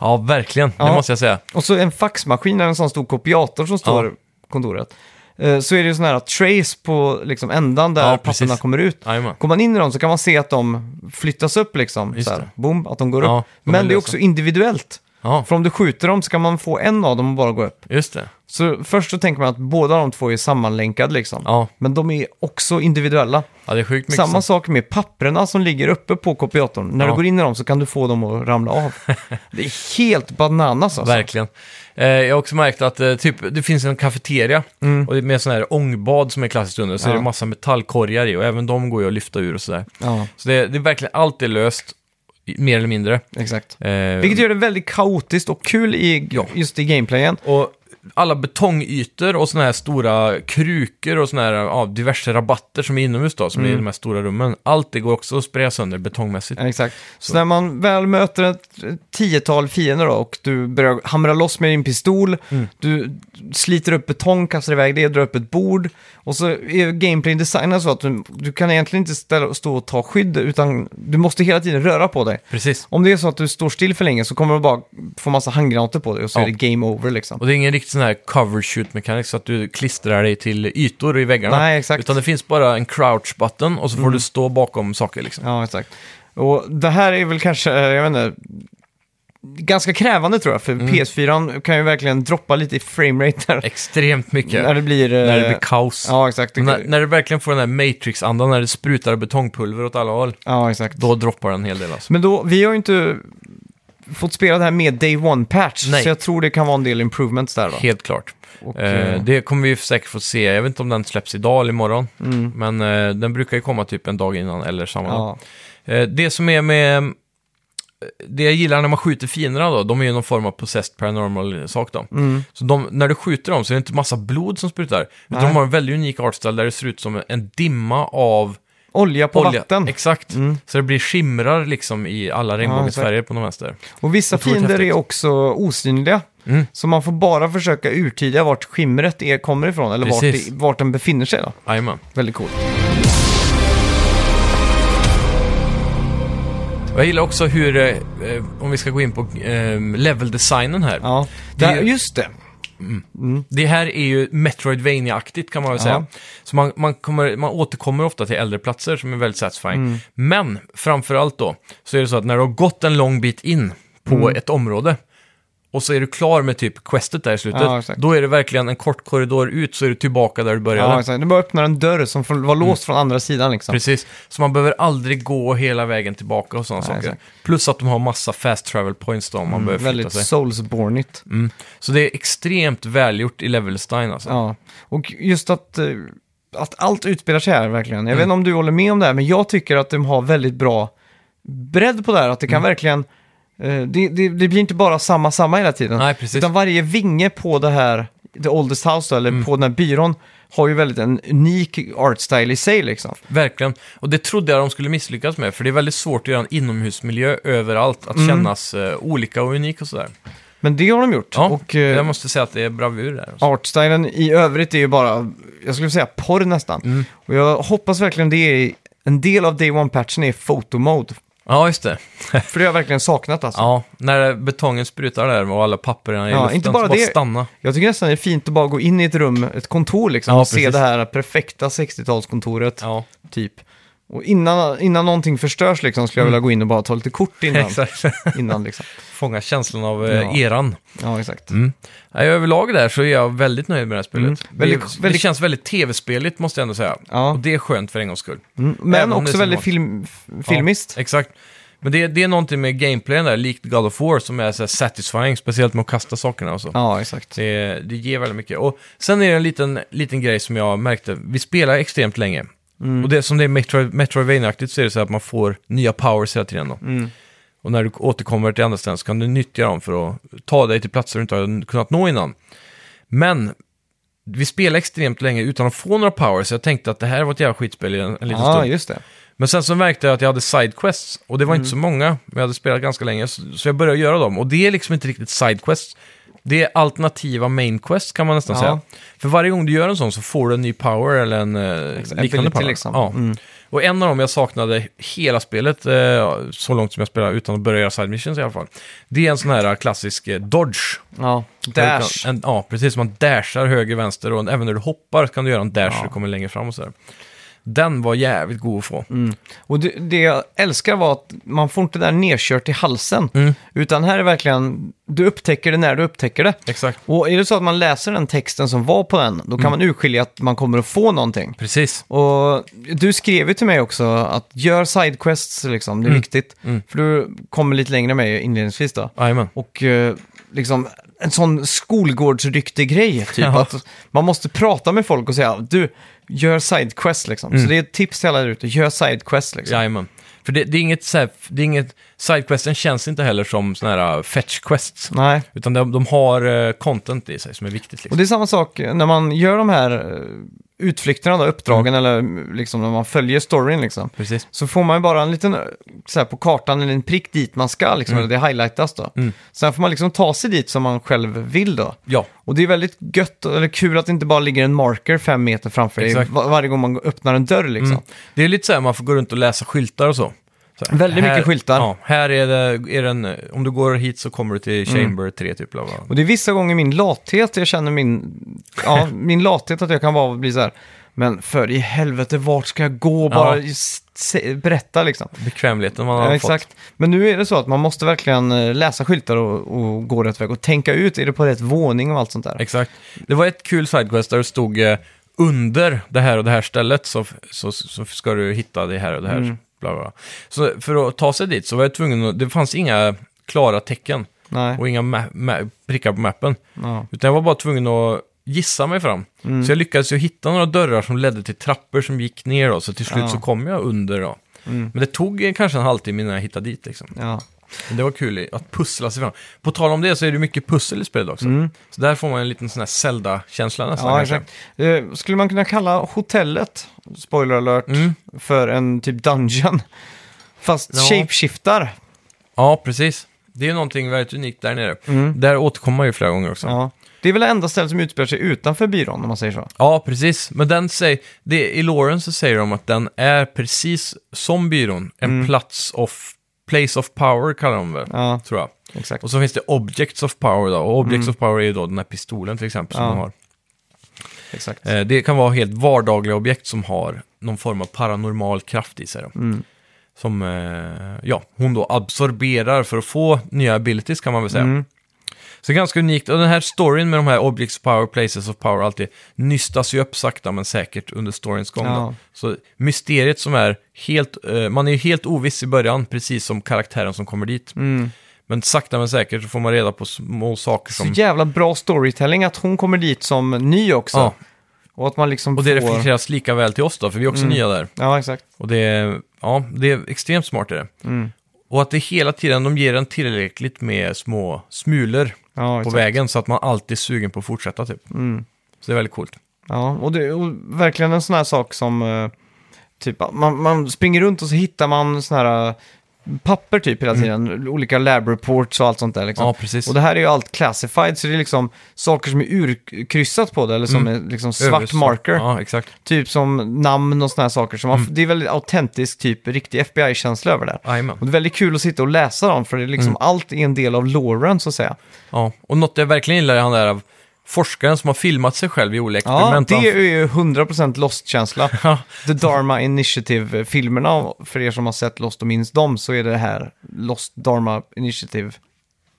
B: ja, verkligen. Det
A: Ja.
B: måste jag säga.
A: Och så en faxmaskin eller en sån stor kopiator som står
B: Ja.
A: i kontoret. Eh, Så är det ju sån här trace på liksom ändan där
B: Ja, precis.
A: papperna kommer ut.
B: Jajamän.
A: Går man in i dem så kan man se att de flyttas upp liksom.
B: Just
A: Så här,
B: det.
A: boom, att de går
B: Ja,
A: upp.
B: de är
A: Men det är
B: lösa.
A: också individuellt.
B: Ja,
A: För om du skjuter dem så kan man få en av dem och bara gå upp.
B: just det.
A: Så först så tänker man att båda de två är sammanlänkade liksom.
B: Ja,
A: Men de är också individuella.
B: ja det är sjukt mycket.
A: Samma
B: sånt.
A: sak med papperna som ligger uppe på kopiatorn. När
B: Ja.
A: du går in i dem så kan du få dem att ramla av. Det är helt bananas alltså.
B: Verkligen. Eh, jag har också märkt att eh, typ, det finns en kafeteria och det är med sån här ångbad som är klassiskt under. Så
A: Mm. Ja.
B: är det massa metallkorgar i och även de går ju att lyfta ur och sådär.
A: Ja,
B: Så det, det är verkligen allt är löst, i- mer eller mindre.
A: exakt.
B: Eh,
A: Vilket gör det väldigt kaotiskt och kul i, just i gameplayen.
B: Och alla betongytor och såna här stora krukor och såna här ja, diverse rabatter som är inomhus då, som är
A: Mm.
B: i de här stora rummen. Allt det går också att spraya sönder betongmässigt.
A: Ja, Exakt. Så, när man väl möter ett tiotal fiender då, och du börjar hamra loss med din pistol,
B: Mm.
A: du sliter upp betong, kastar iväg det, drar upp ett bord och så är gameplay designad så att du, du kan egentligen inte ställa, stå och ta skydd utan du måste hela tiden röra på dig.
B: Precis.
A: Om det är så att du står still för länge så kommer du bara få massa handgranater på dig och så
B: Ja.
A: är det game over liksom.
B: Och det är ingen riktig sån här cover shoot mekanik så att du klistrar dig till ytor i väggarna.
A: Nej, exakt. Mm.
B: Utan det finns bara en crouch button och så får du stå bakom saker liksom.
A: Ja, exakt. Och det här är väl kanske, eh, jag vet inte, ganska krävande tror jag, för
B: Mm.
A: PS4 kan ju verkligen droppa lite i framerate där.
B: Extremt mycket.
A: När det blir... eh,
B: när det blir kaos.
A: Ja, exakt. Det-
B: När, när det verkligen får den här Matrix-andan, när det sprutar betongpulver åt alla håll,
A: Ja, exakt.
B: då droppar den en hel del alltså.
A: Men då, vi har ju inte fått spela det här med Day One-patch,
B: Nej.
A: så jag tror det kan vara en del improvements där va?
B: Helt klart.
A: Och,
B: Eh,
A: eh,
B: det kommer vi säkert få se. Jag vet inte om den släpps idag eller imorgon.
A: mm.
B: Men eh, den brukar ju komma typ en dag innan eller samma dag.
A: ja.
B: Eh, det som är med... Det jag gillar när man skjuter fienderna då, de är ju någon form av possessed paranormal sak då.
A: Mm.
B: Så de, när du skjuter dem så är det inte massa blod som sprutar. Utan
A: Nej.
B: de har en väldigt unik artstyle där det ser ut som en dimma av
A: Olja på
B: olja.
A: vatten. Mm.
B: Exakt. Så det blir skimrar liksom i alla regnbågens
A: exakt.
B: färger på de vänster.
A: Och vissa
B: Otroligt
A: fiender är
B: häftigt.
A: också osynliga.
B: Mm.
A: Så man får bara försöka urtida vart skimret är, kommer ifrån, eller vart,
B: Precis.
A: det, vart den befinner sig. Då.
B: Jajamän.
A: Väldigt coolt.
B: Och Jag gillar också hur, eh, eh, om vi ska gå in på eh, leveldesignen här.
A: Ja.
B: Det-
A: Där, just det.
B: Det här är ju Metroidvania-aktigt kan man väl
A: Ja.
B: säga. Så man, man, kommer, man återkommer ofta till äldre platser som är väldigt satisfying.
A: Mm.
B: Men framförallt då, så är det så att när du har gått en lång bit in på
A: Mm.
B: ett område och så är du klar med typ questet där i slutet,
A: Ja, exakt.
B: då är det verkligen en kort korridor ut så är du tillbaka där du började.
A: Ja, exakt. Du bara öppnar en dörr som från- var låst från andra sidan liksom.
B: Mm. Precis, så man behöver aldrig gå hela vägen tillbaka och sådana
A: Nej,
B: saker.
A: exakt. Mm,
B: Plus att de har massa fast travel points då om man behöver flytta
A: Väldigt
B: sig.
A: soulsbornigt.
B: Mm. Så det är extremt välgjort i Levelstein alltså.
A: Ja, och just att, eh, att allt utspelar sig här verkligen. Jag vet inte om du håller med om det här, men jag tycker att de har väldigt bra bredd på det här. Att det kan verkligen... eh, Det, det, det blir inte bara samma, samma hela tiden.
B: Nej, precis.
A: Utan varje vinge på det här, The Oldest House, då, eller på den här byrån, har ju väldigt en unik artstyle i sig liksom.
B: Verkligen. Och det trodde jag de skulle misslyckas med, för det är väldigt svårt att göra en inomhusmiljö överallt,
A: Mm.
B: att kännas eh, olika och unik och sådär.
A: Men det har de gjort.
B: Ja,
A: och, eh,
B: jag måste säga att det är bravur där. alltså.
A: Artstylen i övrigt är ju bara, jag skulle säga porr nästan. Och jag hoppas verkligen det är, en del av Day One-patchen är fotomode.
B: Ja, just det.
A: För det har jag verkligen saknat alltså.
B: Ja, när betongen sprutar där och alla papperna i
A: Ja,
B: luften,
A: inte bara
B: så bara
A: det.
B: stanna.
A: Jag tycker nästan det är fint att bara gå in i ett rum, ett kontor liksom,
B: Ja,
A: och se
B: precis.
A: det här perfekta 60-talskontoret,
B: Ja,
A: typ. Och innan, innan någonting förstörs liksom, skulle jag vilja gå in och bara ta lite kort innan.
B: Mm. exakt.
A: innan liksom.
B: Fånga känslan av eh,
A: Ja.
B: eran.
A: Ja, exakt.
B: Mm. Nej, överlag där så är jag väldigt nöjd med det här spelet. Det,
A: Mm. Väldigt-
B: det
A: väldigt-
B: känns väldigt tv-speligt, måste jag ändå säga.
A: Ja.
B: Och det är skönt för en gångs skull.
A: Mm,
B: Även
A: Men
B: om det är
A: också
B: så
A: väldigt
B: vanligt.
A: film, f- filmiskt.
B: Ja, exakt. Men det, det är någonting med gameplayen där, likt God of War, som är så här satisfying, speciellt med att kasta sakerna och så.
A: Ja, exakt.
B: Det, det ger väldigt mycket. Och sen är det en liten, liten grej som jag märkte. Vi spelar extremt länge.
A: Mm.
B: Och det som det är Metro, Metroidvania-aktigt så är det så här att man får nya powers hela tiden. Då.
A: Mm.
B: Och när du återkommer till andra ställen så kan du nyttja dem för att ta dig till platser du inte har kunnat nå innan. Men vi spelade extremt länge utan att få några powers. så Jag tänkte att det här var ett jävla skitspel i en, en liten
A: Ja,
B: stund.
A: just det.
B: Men sen så märkte jag att jag hade sidequests och det var
A: Mm.
B: inte så många, men jag hade spelat ganska länge, så, så jag började göra dem. Och det är liksom inte riktigt sidequests, det är alternativa mainquests kan man nästan
A: Ja.
B: säga. För varje gång du gör en sån så får du en ny power eller en eh, liknande
A: ability
B: power.
A: liksom.
B: Ja. Och en av dem jag saknade hela spelet, eh, så långt som jag spelade utan att börja göra side missions i alla fall, det är en sån här klassisk eh, dodge.
A: Ja, Dash.
B: En, ja, precis. Man dashar höger, vänster och även när du hoppar kan du göra en dash
A: Ja.
B: du kommer längre fram och sådär. Den var jävligt god att få.
A: Mm. Och det, det jag älskar var att man får inte det där nedkört i halsen.
B: Mm.
A: Utan här är verkligen, du upptäcker det när du upptäcker det.
B: Exakt. Mm.
A: Och är det så att man läser den texten som var på den, då kan man urskilja att man kommer att få någonting.
B: Precis.
A: Och du skrev ju till mig också att gör sidequests liksom,
B: Mm.
A: det är viktigt. För du kommer lite längre med inledningsvis då.
B: Jajamän.
A: Och eh, liksom en sån skolgårdsryktig grej, typ
B: Ja.
A: att man måste prata med folk och säga du, gör sidequest liksom.
B: Mm.
A: Så det är ett tips till alla där ute, gör sidequest liksom.
B: Jajamän. För det, det är inget, så här- det är inget, sidequesten känns inte heller som sådana här fetch-quests.
A: Nej.
B: Utan de, de har eh, content i sig som är viktigt.
A: Och
B: Liksom.
A: det är samma sak när man gör de här eh, utflykterna, då, uppdragen eller mm, liksom när man följer storyn liksom.
B: Precis.
A: Så får man ju bara en liten, eh, så här på kartan, en prick dit man ska
B: Mm.
A: liksom, eller det highlightas då. Sen får man liksom ta sig dit som man själv vill då.
B: Ja,
A: Och det är väldigt gött, eller kul att det inte bara ligger en marker fem meter framför dig
B: Exakt. Mm.
A: va- varje gång man öppnar en dörr liksom.
B: det är lite så här man får gå runt och läsa skyltar och så. så här,
A: Väldigt mycket skyltar.
B: Ja, här är det, är den, eh, om du går hit så kommer du till Chamber 3 typ. Bla bla.
A: Mm. Och det är vissa gånger min lathet, jag känner min, ja, min lathet att jag kan vara och bli så här, men för i helvete, vart ska jag gå? Bara
B: Ja.
A: s- se, berätta liksom.
B: Bekvämligheten man har
A: Ja,
B: fått.
A: exakt. Men nu är det så att man måste verkligen eh, läsa skyltar och, och gå rätt väg och tänka ut, är det på rätt våning och allt sånt där?
B: Exakt. Det var ett kul sidequest där det stod eh, under det här och det här stället så, så, så ska du hitta det här och det här. Bla, bla, bla. Så för att ta sig dit så var jag tvungen att, det fanns inga klara tecken
A: Nej.
B: och inga ma- ma- prickar på mappen.
A: Ja.
B: Utan jag var bara tvungen att gissa mig fram. Så jag lyckades ju hitta några dörrar som ledde till trappor som gick ner då, så till slut
A: Ja.
B: så kom jag under då. Men det tog eh, kanske en halvtimme innan jag hittade dit liksom.
A: Ja.
B: Men Det var kul i- att pussla sig fram. På tal om det så är det mycket pussel i spelet också. Så där får man en liten sån här Zelda-känsla nästan.
A: Mm. Ja,
B: kanske.
A: exakt. Eh, Skulle man kunna kalla hotellet, spoiler alert, för en typ dungeon? Fast
B: Mm. Ja.
A: shapeshiftar.
B: ja precis. Det är ju någonting väldigt unikt där nere. Där återkommer man ju flera gånger också. Ja,
A: Mm. Ja. Det är väl det enda stället som utspelar sig utanför byrån, om man säger så.
B: precis. Men den säger, det, i Lawrence så säger de att den är precis som byrån. En plats of, place of power kallar de väl,
A: Mm. Ja,
B: tror jag.
A: exakt.
B: Och så finns det objects of power då. Och objects of power är ju då den här pistolen till exempel som
A: Mm. Ja.
B: de har.
A: exakt.
B: Eh, Det kan vara helt vardagliga objekt som har någon form av paranormal kraft i sig. Då.
A: Mm.
B: Som eh, ja, hon då absorberar för att få nya abilities kan man väl säga.
A: Mm.
B: Så ganska unikt. Och den här storyn med de här objects of power, places of power, alltid nystas ju upp sakta men säkert under storyns gång.
A: Ja.
B: Då. Så mysteriet som är helt, eh, man är ju helt oviss i början, precis som karaktären som kommer dit. Men sakta men säkert så får man reda på små saker
A: Mm. Så
B: som...
A: jävla bra storytelling att hon kommer dit som ny också.
B: Ja,
A: Och att man liksom
B: och det
A: får...
B: reflekteras lika väl till oss då, för vi är
A: Mm.
B: också nya där.
A: Ja, exakt.
B: Och det är, ja, det är extremt smart är det.
A: Mm.
B: Och att det hela tiden, de ger en tillräckligt med små smulor
A: Ja,
B: på
A: exakt. Mm.
B: vägen så att man alltid är sugen på att fortsätta typ. Så det är väldigt coolt.
A: Ja, och, det, och verkligen en sån här sak som... eh, Typ, man, man springer runt och så hittar man såna här eh, papper typ hela tiden. Olika lab reports och allt sånt där liksom.
B: Mm. Ja, precis.
A: Och det här är ju allt classified, så det är liksom saker som är urkryssat på det, eller som är liksom svart
B: Över-
A: marker.
B: Mm. Ja, Mm. exakt.
A: Typ som namn och såna här saker. Så man, Det är väldigt autentisk, typ riktig FBI-känsla över det. här.
B: Jajamän. Mm.
A: Och det är väldigt kul att sitta och läsa dem, för det är liksom allt är en del av loren, så att säga.
B: Ja. Och något jag verkligen gillar är han där av forskaren som har filmat sig själv i olika
A: Ja,
B: experiment.
A: det är
B: Han-
A: ju 100% Lost-känsla.
B: Ja,
A: The Dharma Initiative-filmerna, för er som har sett Lost och minns dem, så är det här Lost Dharma Initiative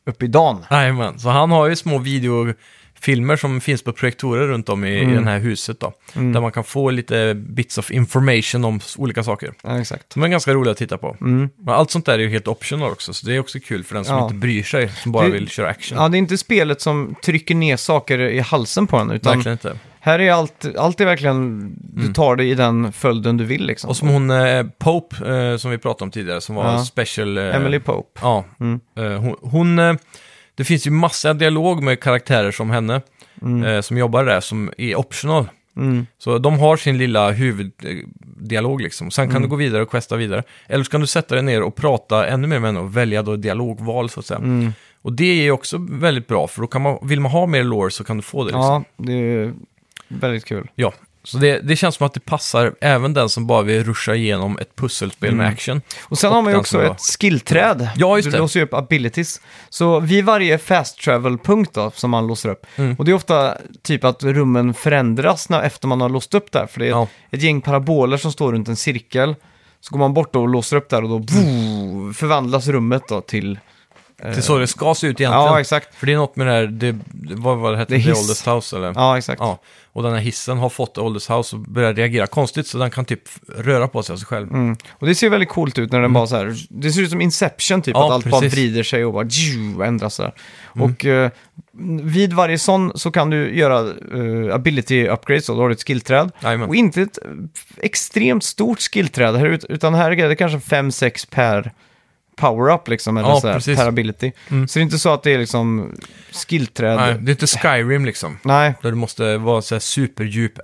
A: upp i dan.
B: Jajamän. Så han har ju små videofilmer som finns på projektorer runt om
A: Mm.
B: i, i det här huset då. Där man kan få lite bits of information om s- olika saker.
A: Ja, exakt.
B: Som är ganska roliga att titta på. Men allt sånt där är ju helt optional också, så det är också kul för den som
A: Mm. Ja.
B: inte bryr sig, som bara
A: Det-
B: vill köra action.
A: Ja, det är inte spelet som trycker ner saker i halsen på en, utan
B: Verkligen inte.
A: Här är allt, allt är verkligen, du tar det i den följden du vill liksom.
B: Och som hon eh, Pope, eh, som vi pratade om tidigare, som var
A: Ja.
B: special... Eh,
A: Emily Pope. Mm.
B: Ja. Eh, hon... hon eh, det finns ju massa dialog med karaktärer som henne,
A: Mm.
B: eh, som jobbar där, som är optional. Så de har sin lilla huvuddialog liksom. Sen kan
A: Mm.
B: du gå vidare och questa vidare. Eller så kan du sätta dig ner och prata ännu mer med henne och välja då dialogval så att säga.
A: Mm.
B: Och det är ju också väldigt bra, för då kan man, vill man ha mer lore så kan du få det liksom.
A: Ja, det är väldigt kul.
B: Ja, Så det, det känns som att det passar även den som bara vill ruscha igenom ett pusselspel
A: Mm.
B: med action.
A: Och sen har man ju
B: den
A: också
B: som då-
A: ett skillträd.
B: alltså- Ja, just
A: Du
B: det.
A: låser ju upp abilities. Så vid varje fast travel-punkt då, som man låser upp,
B: Mm.
A: och det är ofta typ att rummen förändras när, efter man har låst upp där, för det är
B: Ja.
A: ett gäng paraboler som står runt en cirkel. Så går man bort då och låser upp där och då
B: Mm.
A: boom, förvandlas rummet då till...
B: Till så det ska se ut egentligen.
A: Ja, exakt.
B: För det är något med det här, det, vad var det hette?
A: Det är
B: The
A: hiss.
B: Oldest House eller?
A: Ja, exakt.
B: Ja, och den här hissen har fått Oldest House att börja reagera konstigt så den kan typ röra på sig av sig själv.
A: Mm. Och det ser väldigt coolt ut när den bara så här, det ser ut som Inception typ,
B: Mm. Ja,
A: att allt bara
B: precis. Mm.
A: vrider sig och bara tju, ändras så här. Och eh, vid varje sån så kan du göra eh, ability upgrades, och då har du ett skillträd.
B: Jajamän.
A: Och inte ett eh, extremt stort skillträd, här ut- utan här är det kanske 5-6 per power-up liksom, eller
B: Ja,
A: så här,
B: precis. Mm.
A: per ability. Så det är inte så att det är liksom skillträd.
B: Nej, det är inte Skyrim liksom.
A: Nej.
B: Där du måste vara så här superdjup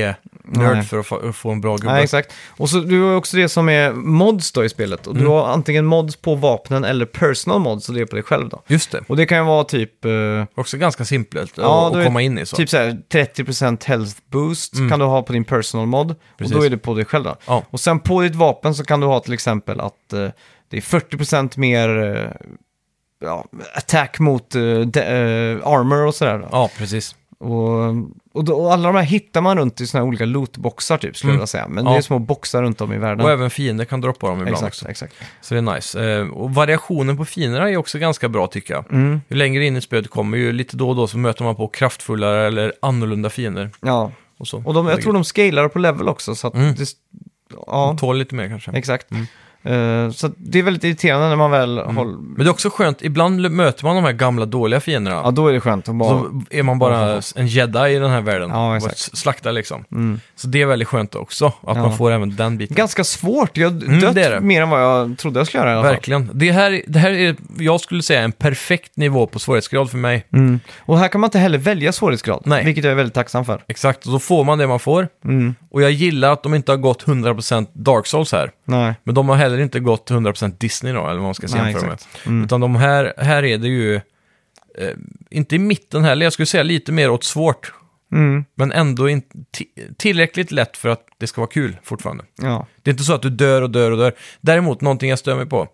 A: Nej.
B: RPG-nörd för att få, få en bra gubbe.
A: Nej, exakt. Och så du har ju också det som är mods då i spelet. Och
B: Mm.
A: du har antingen mods på vapnen eller personal mods, så det är på dig själv då.
B: Just det.
A: Och det kan ju vara typ, eh,
B: Också ganska simpelt
A: Ja,
B: att,
A: då är-
B: att komma in i så. Mm.
A: typ så här 30% health boost kan du ha på din personal mod. Och
B: Precis.
A: då är det på dig själv då.
B: Ja.
A: Och sen på ditt vapen så kan du ha till exempel att eh, det är 40% mer eh, ja, attack mot eh, de- eh, armor och sådär. Då.
B: Ja, precis.
A: Och, och, då, och alla de här hittar man runt i sådana här olika lootboxar typ, skulle
B: Mm.
A: jag vilja säga. Men
B: Ja.
A: det är små boxar runt om i världen.
B: Och även fiender kan droppa dem ibland
A: Exakt,
B: också.
A: exakt.
B: Så det är nice. Eh, och variationen på fienderna är också ganska bra tycker jag.
A: Mm.
B: Ju längre in i spelet du kommer, ju lite då och då så möter man på kraftfullare eller annorlunda fiender.
A: Ja,
B: Och, så.
A: och de, jag tror de scalar på level också. Så att
B: Mm.
A: det, ja,
B: tål lite mer kanske.
A: exakt. Eh, så att det är väldigt irriterande när man väl
B: Mm.
A: håller...
B: Men det är också skönt, ibland l- möter man de här gamla dåliga fienderna.
A: Ja, då är det skönt att bara...
B: Så är man bara en jedi i den här världen.
A: Ja,
B: och
A: exakt. Mm.
B: s- slaktar liksom. Så det är väldigt skönt också, att
A: Ja.
B: man får även den biten.
A: Ganska svårt. Jag har dött
B: Mm, det är det.
A: mer än vad jag trodde jag skulle göra i alla fall.
B: Verkligen. Det här, det här är, jag skulle säga, en perfekt nivå på svårighetsgrad för mig.
A: Mm. Och här kan man inte heller välja svårighetsgrad,
B: Nej.
A: vilket jag är väldigt tacksam för. Mm.
B: Exakt, och så får man det man får. Och jag gillar att de inte har gått 100% Dark Souls här.
A: Nej.
B: Men de har heller inte gått 100% Disney då, eller vad man ska
A: Nej,
B: jämföra med.
A: exakt. Mm.
B: Utan de här, här är det ju, eh, inte i mitten heller, jag skulle säga lite mer åt svårt.
A: Mm.
B: Men ändå in, ti- tillräckligt lätt för att det ska vara kul fortfarande.
A: Ja.
B: Det är inte så att du dör och dör och dör. Däremot, någonting jag stör mig på,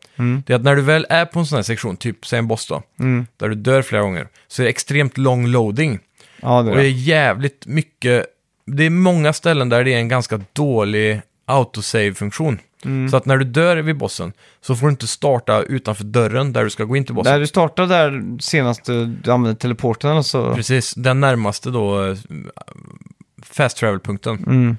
B: det är att när du väl är på en sån här sektion, typ säg en boss då,
A: Mm.
B: där du dör flera gånger, så är det extremt lång loading.
A: ja, det
B: Och
A: är
B: det är
A: det.
B: jävligt mycket, det är många ställen där det är en ganska dålig autosave-funktion.
A: Mm.
B: Så att när du dör vid bossen så får du inte starta utanför dörren där du ska gå in till bossen.
A: Där du startade där senast du använde teleporten eller så...
B: Precis, den närmaste då eh, fast travel-punkten.
A: Mm.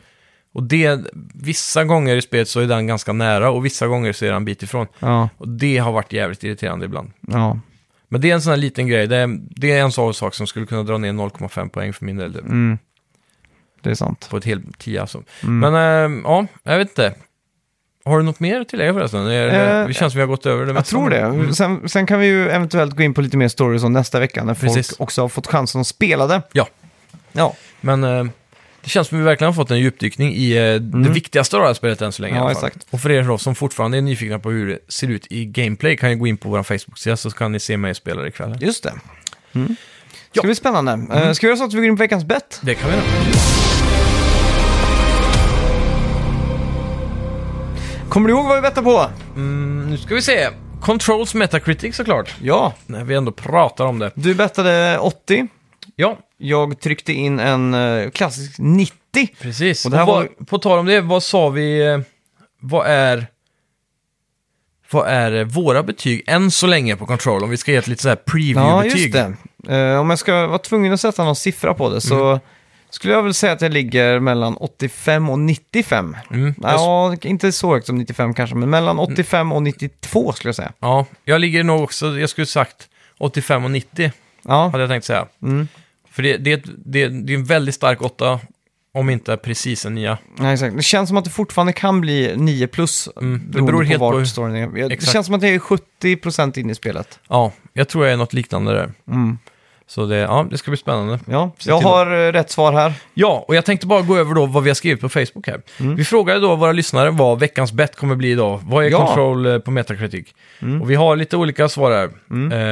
B: Och det, vissa gånger i spelet så är den ganska nära och vissa gånger så är den en bit ifrån.
A: Ja,
B: Och det har varit jävligt irriterande ibland.
A: ja.
B: Men det är en sån här liten grej, det är, det är en sån sak som skulle kunna dra ner 0,5 poäng för min del. typ.
A: Mm. Det är sant.
B: På ett helt tio alltså.
A: Mm.
B: Men eh, ja, jag vet inte. Har du något mer att tillägga förresten? Är det,
A: Eh,
B: det känns som vi har gått över det
A: Jag
B: mesta.
A: tror det.
B: Mm.
A: Sen, sen kan vi ju eventuellt gå in på lite mer stories om nästa vecka när
B: Precis.
A: folk också har fått chansen att spela det.
B: Ja,
A: Ja,
B: men eh, det känns som vi verkligen har fått en djupdykning i eh, det viktigaste av det här spelet än så länge.
A: Mm. Ja,
B: i alla fall.
A: exakt.
B: Och för er då, som fortfarande är nyfikna på hur det ser ut i gameplay kan ju gå in på vår Facebook-sida så kan ni se mig spela det ikväll.
A: just det. Mm. Ska
B: Ja. Mm.
A: bli spännande. Eh, Ska vi göra så att vi går in på veckans bett?
B: Det kan vi göra.
A: Kommer du ihåg vad vi bettade på?
B: Mm, nu ska vi se. Controls Metacritic såklart.
A: Ja.
B: När vi ändå pratar om det.
A: Du bettade 80.
B: Ja,
A: Jag tryckte in en eh, klassisk 90.
B: Precis.
A: Och
B: Och
A: det här
B: vad, På tal om det, vad sa vi... eh, Vad är... Vad är eh, våra betyg än så länge på Control? Om vi ska ge ett lite så här
A: Ja,
B: preview-betyg.
A: just det. Eh, om jag ska vara tvungen att sätta någon siffra på det
B: Mm.
A: så skulle jag väl säga att jag ligger mellan 85 och 95.
B: Mm.
A: Ja, inte så högt som 95 kanske, men mellan 85 och 92 skulle jag säga.
B: Ja, jag ligger nog också... Jag skulle sagt 85 och 90,
A: Ja,
B: hade jag tänkt säga.
A: Mm.
B: För det, det, är ett- det, det är en väldigt stark åtta, om inte precis en nia.
A: ja, exakt. Det känns som att det fortfarande kan bli 9 plus.
B: Mm.
A: Det beror på helt vart på... storyn är. Jag- Det
B: Exakt.
A: känns som att jag är 70% in i spelet. Mm.
B: Ja, jag tror jag är något liknande där. Så det, ja, det ska bli spännande.
A: Ja,
B: Se
A: jag
B: till
A: har eh, rätt svar här.
B: Ja, och jag tänkte bara gå över då vad vi har skrivit på Facebook här. Vi frågade då våra lyssnare vad veckans bett kommer bli idag. Vad är
A: Ja.
B: Control eh, på Metacritic? Och vi har lite olika svar här.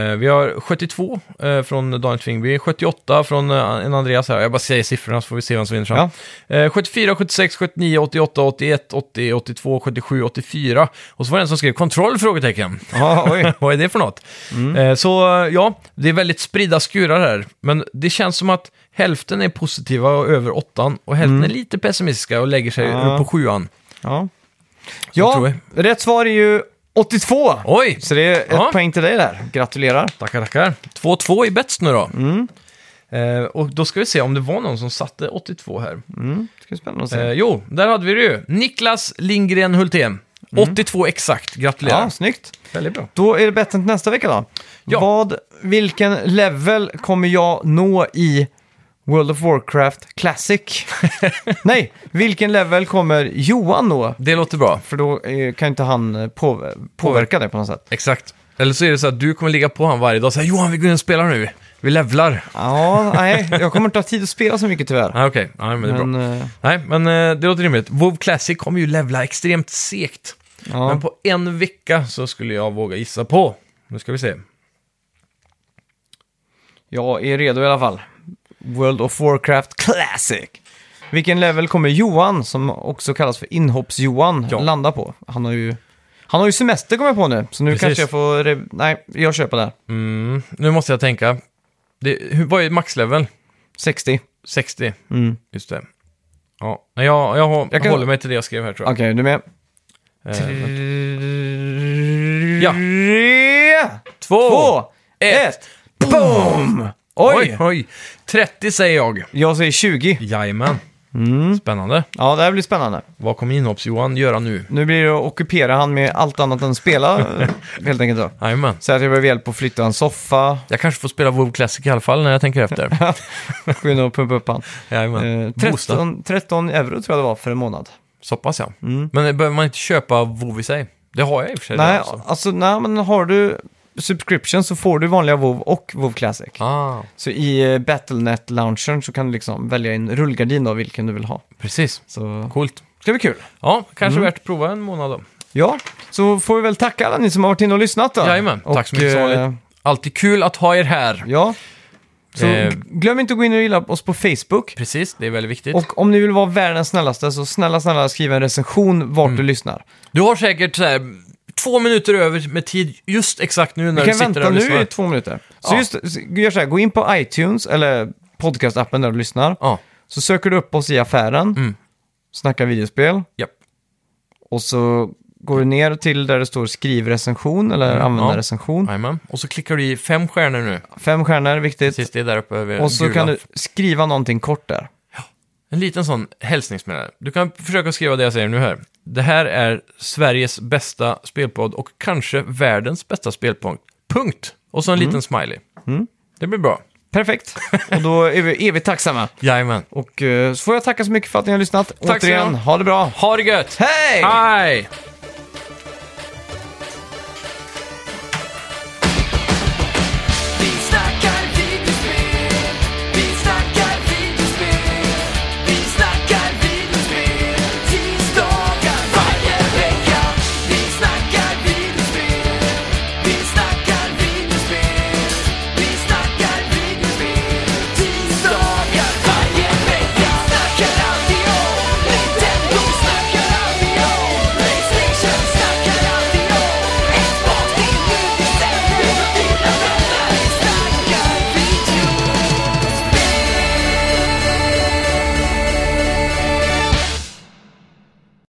B: Eh, vi har 72 eh, från Daniel Tvingby, 78 från eh, en Andreas här. Jag bara säger siffrorna så får vi se vem som vinner fram. Eh, 74, 76, 79, 88, 81, 80, 82, 77, 84. Och så var det en som skrev Control? Frågetecken.
A: Ja, oj.
B: Vad är det för något?
A: Mm.
B: Eh, Så ja, det är väldigt spridda skurar här. Men det känns som att hälften är positiva och över åttan och hälften är lite pessimistiska och lägger sig
A: Mm. Ja.
B: på sjuan.
A: Ja,
B: tror
A: ja rätt svar är ju 82.
B: Oj!
A: Så det är ett
B: Ja.
A: poäng till dig där. Gratulerar.
B: Tackar, tackar. 2-2 i bets nu då.
A: Mm.
B: Eh, och då ska vi se om det var någon som satte 82 här.
A: Det Mm. ska bli spännande att se.
B: Eh, jo, där hade vi det ju. Niklas Lindgren Hultén. 82 exakt, gratulerar.
A: Mm. ja, snyggt.
B: Väldigt bra.
A: Då är det bättre till nästa vecka då.
B: Ja.
A: Vad, vilken level kommer jag nå i World of Warcraft Classic? Nej, vilken level kommer Johan nå?
B: Det låter bra.
A: För då eh, kan ju inte han eh, på, påverka det på något sätt.
B: Exakt. Eller så är det så att du kommer ligga på han varje dag och säga Johan, vi går in och spelar nu. Vi levlar.
A: Ja, nej, jag kommer inte ha tid att spela så mycket tyvärr.
B: Ah, Okej, ja, men det är bra.
A: Men, eh,
B: Nej, men eh, det låter rimligt. WoW Classic kommer ju levla extremt segt.
A: ja.
B: Men på en vecka så skulle jag våga gissa på. Nu ska vi se.
A: Jag är redo i alla fall. World of Warcraft Classic. Vilken level kommer Johan, som också kallas för Inhopps-Johan,
B: Ja.
A: landa på? Han har ju... Han har ju semester kommer jag på nu, så nu
B: Precis.
A: kanske jag får... re- Nej, jag köper där.
B: Mm, nu måste jag tänka. Det, hur, vad är maxlevel?
A: 60.
B: 60,
A: Mm.
B: just det. Ja, nej, jag, jag, har-
A: Jag kan-
B: håller mig till det jag skrev här tror
A: Okej,
B: jag.
A: okay, du är med?
B: Eh,
A: Ja.
B: två,
A: Två,
B: ett.
A: ett, boom! Oj.
B: Oj, oj! 30 säger jag.
A: Jag säger 20.
B: Jajamän.
A: Mm.
B: Spännande.
A: Ja, det här blir spännande.
B: Vad kommer inhopps-Johan göra nu?
A: Nu blir det att ockupera han med allt annat än spela, helt enkelt då.
B: Jajamän.
A: Så att jag behöver hjälp att flytta en soffa,
B: Jag kanske får spela WoW Classic i alla fall när jag tänker efter.
A: gå in och pumpa upp han.
B: Jajamän.
A: Eh,
B: Boosta.
A: 13, 13 euro tror jag det var för en månad.
B: Så pass ja. Men behöver man inte köpa WoW i sig? Det har jag i och för sig.
A: Mm. Nej,
B: redan, så.
A: alltså, nej, men har du subscription så får du vanliga WoW och WoW Classic.
B: Ah,
A: Så i eh, Battlenet-launchern så kan du liksom välja en rullgardin av vilken du vill ha.
B: precis.
A: Så
B: Coolt.
A: det ska bli kul.
B: Ja, kanske
A: Mm.
B: värt att prova en månad då.
A: Ja, så får vi väl tacka alla ni som har varit inne och lyssnat då.
B: Jajamän,
A: Och,
B: tack så mycket som
A: eh,
B: vanligt. Alltid kul att ha er här.
A: Ja, så
B: Eh.
A: g- glöm inte att gå in och gilla oss på Facebook.
B: Precis, det är väldigt viktigt.
A: Och om ni vill vara världens snällaste så snälla, snälla skriv en recension
B: Mm.
A: vart du lyssnar.
B: Du har säkert så här, två minuter över med tid just exakt nu när
A: Vi
B: du
A: kan
B: sitter
A: vänta
B: där och
A: nu
B: lyssnar.
A: i två minuter. Så
B: Ja.
A: just, s- gör så här, gå in på iTunes eller podcastappen där du lyssnar.
B: Ja,
A: Så söker du upp oss i affären,
B: Mm.
A: snackar videospel
B: japp.
A: och så går du ner till där det står skriv recension eller
B: Mm,
A: använda
B: ja.
A: recension.
B: Jajamän. Och så klickar du i fem stjärnor nu.
A: Fem stjärnor, viktigt.
B: Precis, det är där uppe över
A: Och så
B: gula.
A: kan du skriva någonting kort där.
B: En liten sån hälsning som jag- Du kan försöka skriva det jag säger nu här. Det här är Sveriges bästa spelpodd och kanske världens bästa spelpodd. Punkt! Och så en liten smiley. Det blir bra.
A: Perfekt. Och då är vi evigt tacksamma.
B: Jajamän.
A: Och eh, så får jag tacka så mycket för att ni har lyssnat.
B: Tack så
A: Återigen,
B: mycket.
A: ha det bra.
B: Ha det gött!
A: Hej!
B: Hej!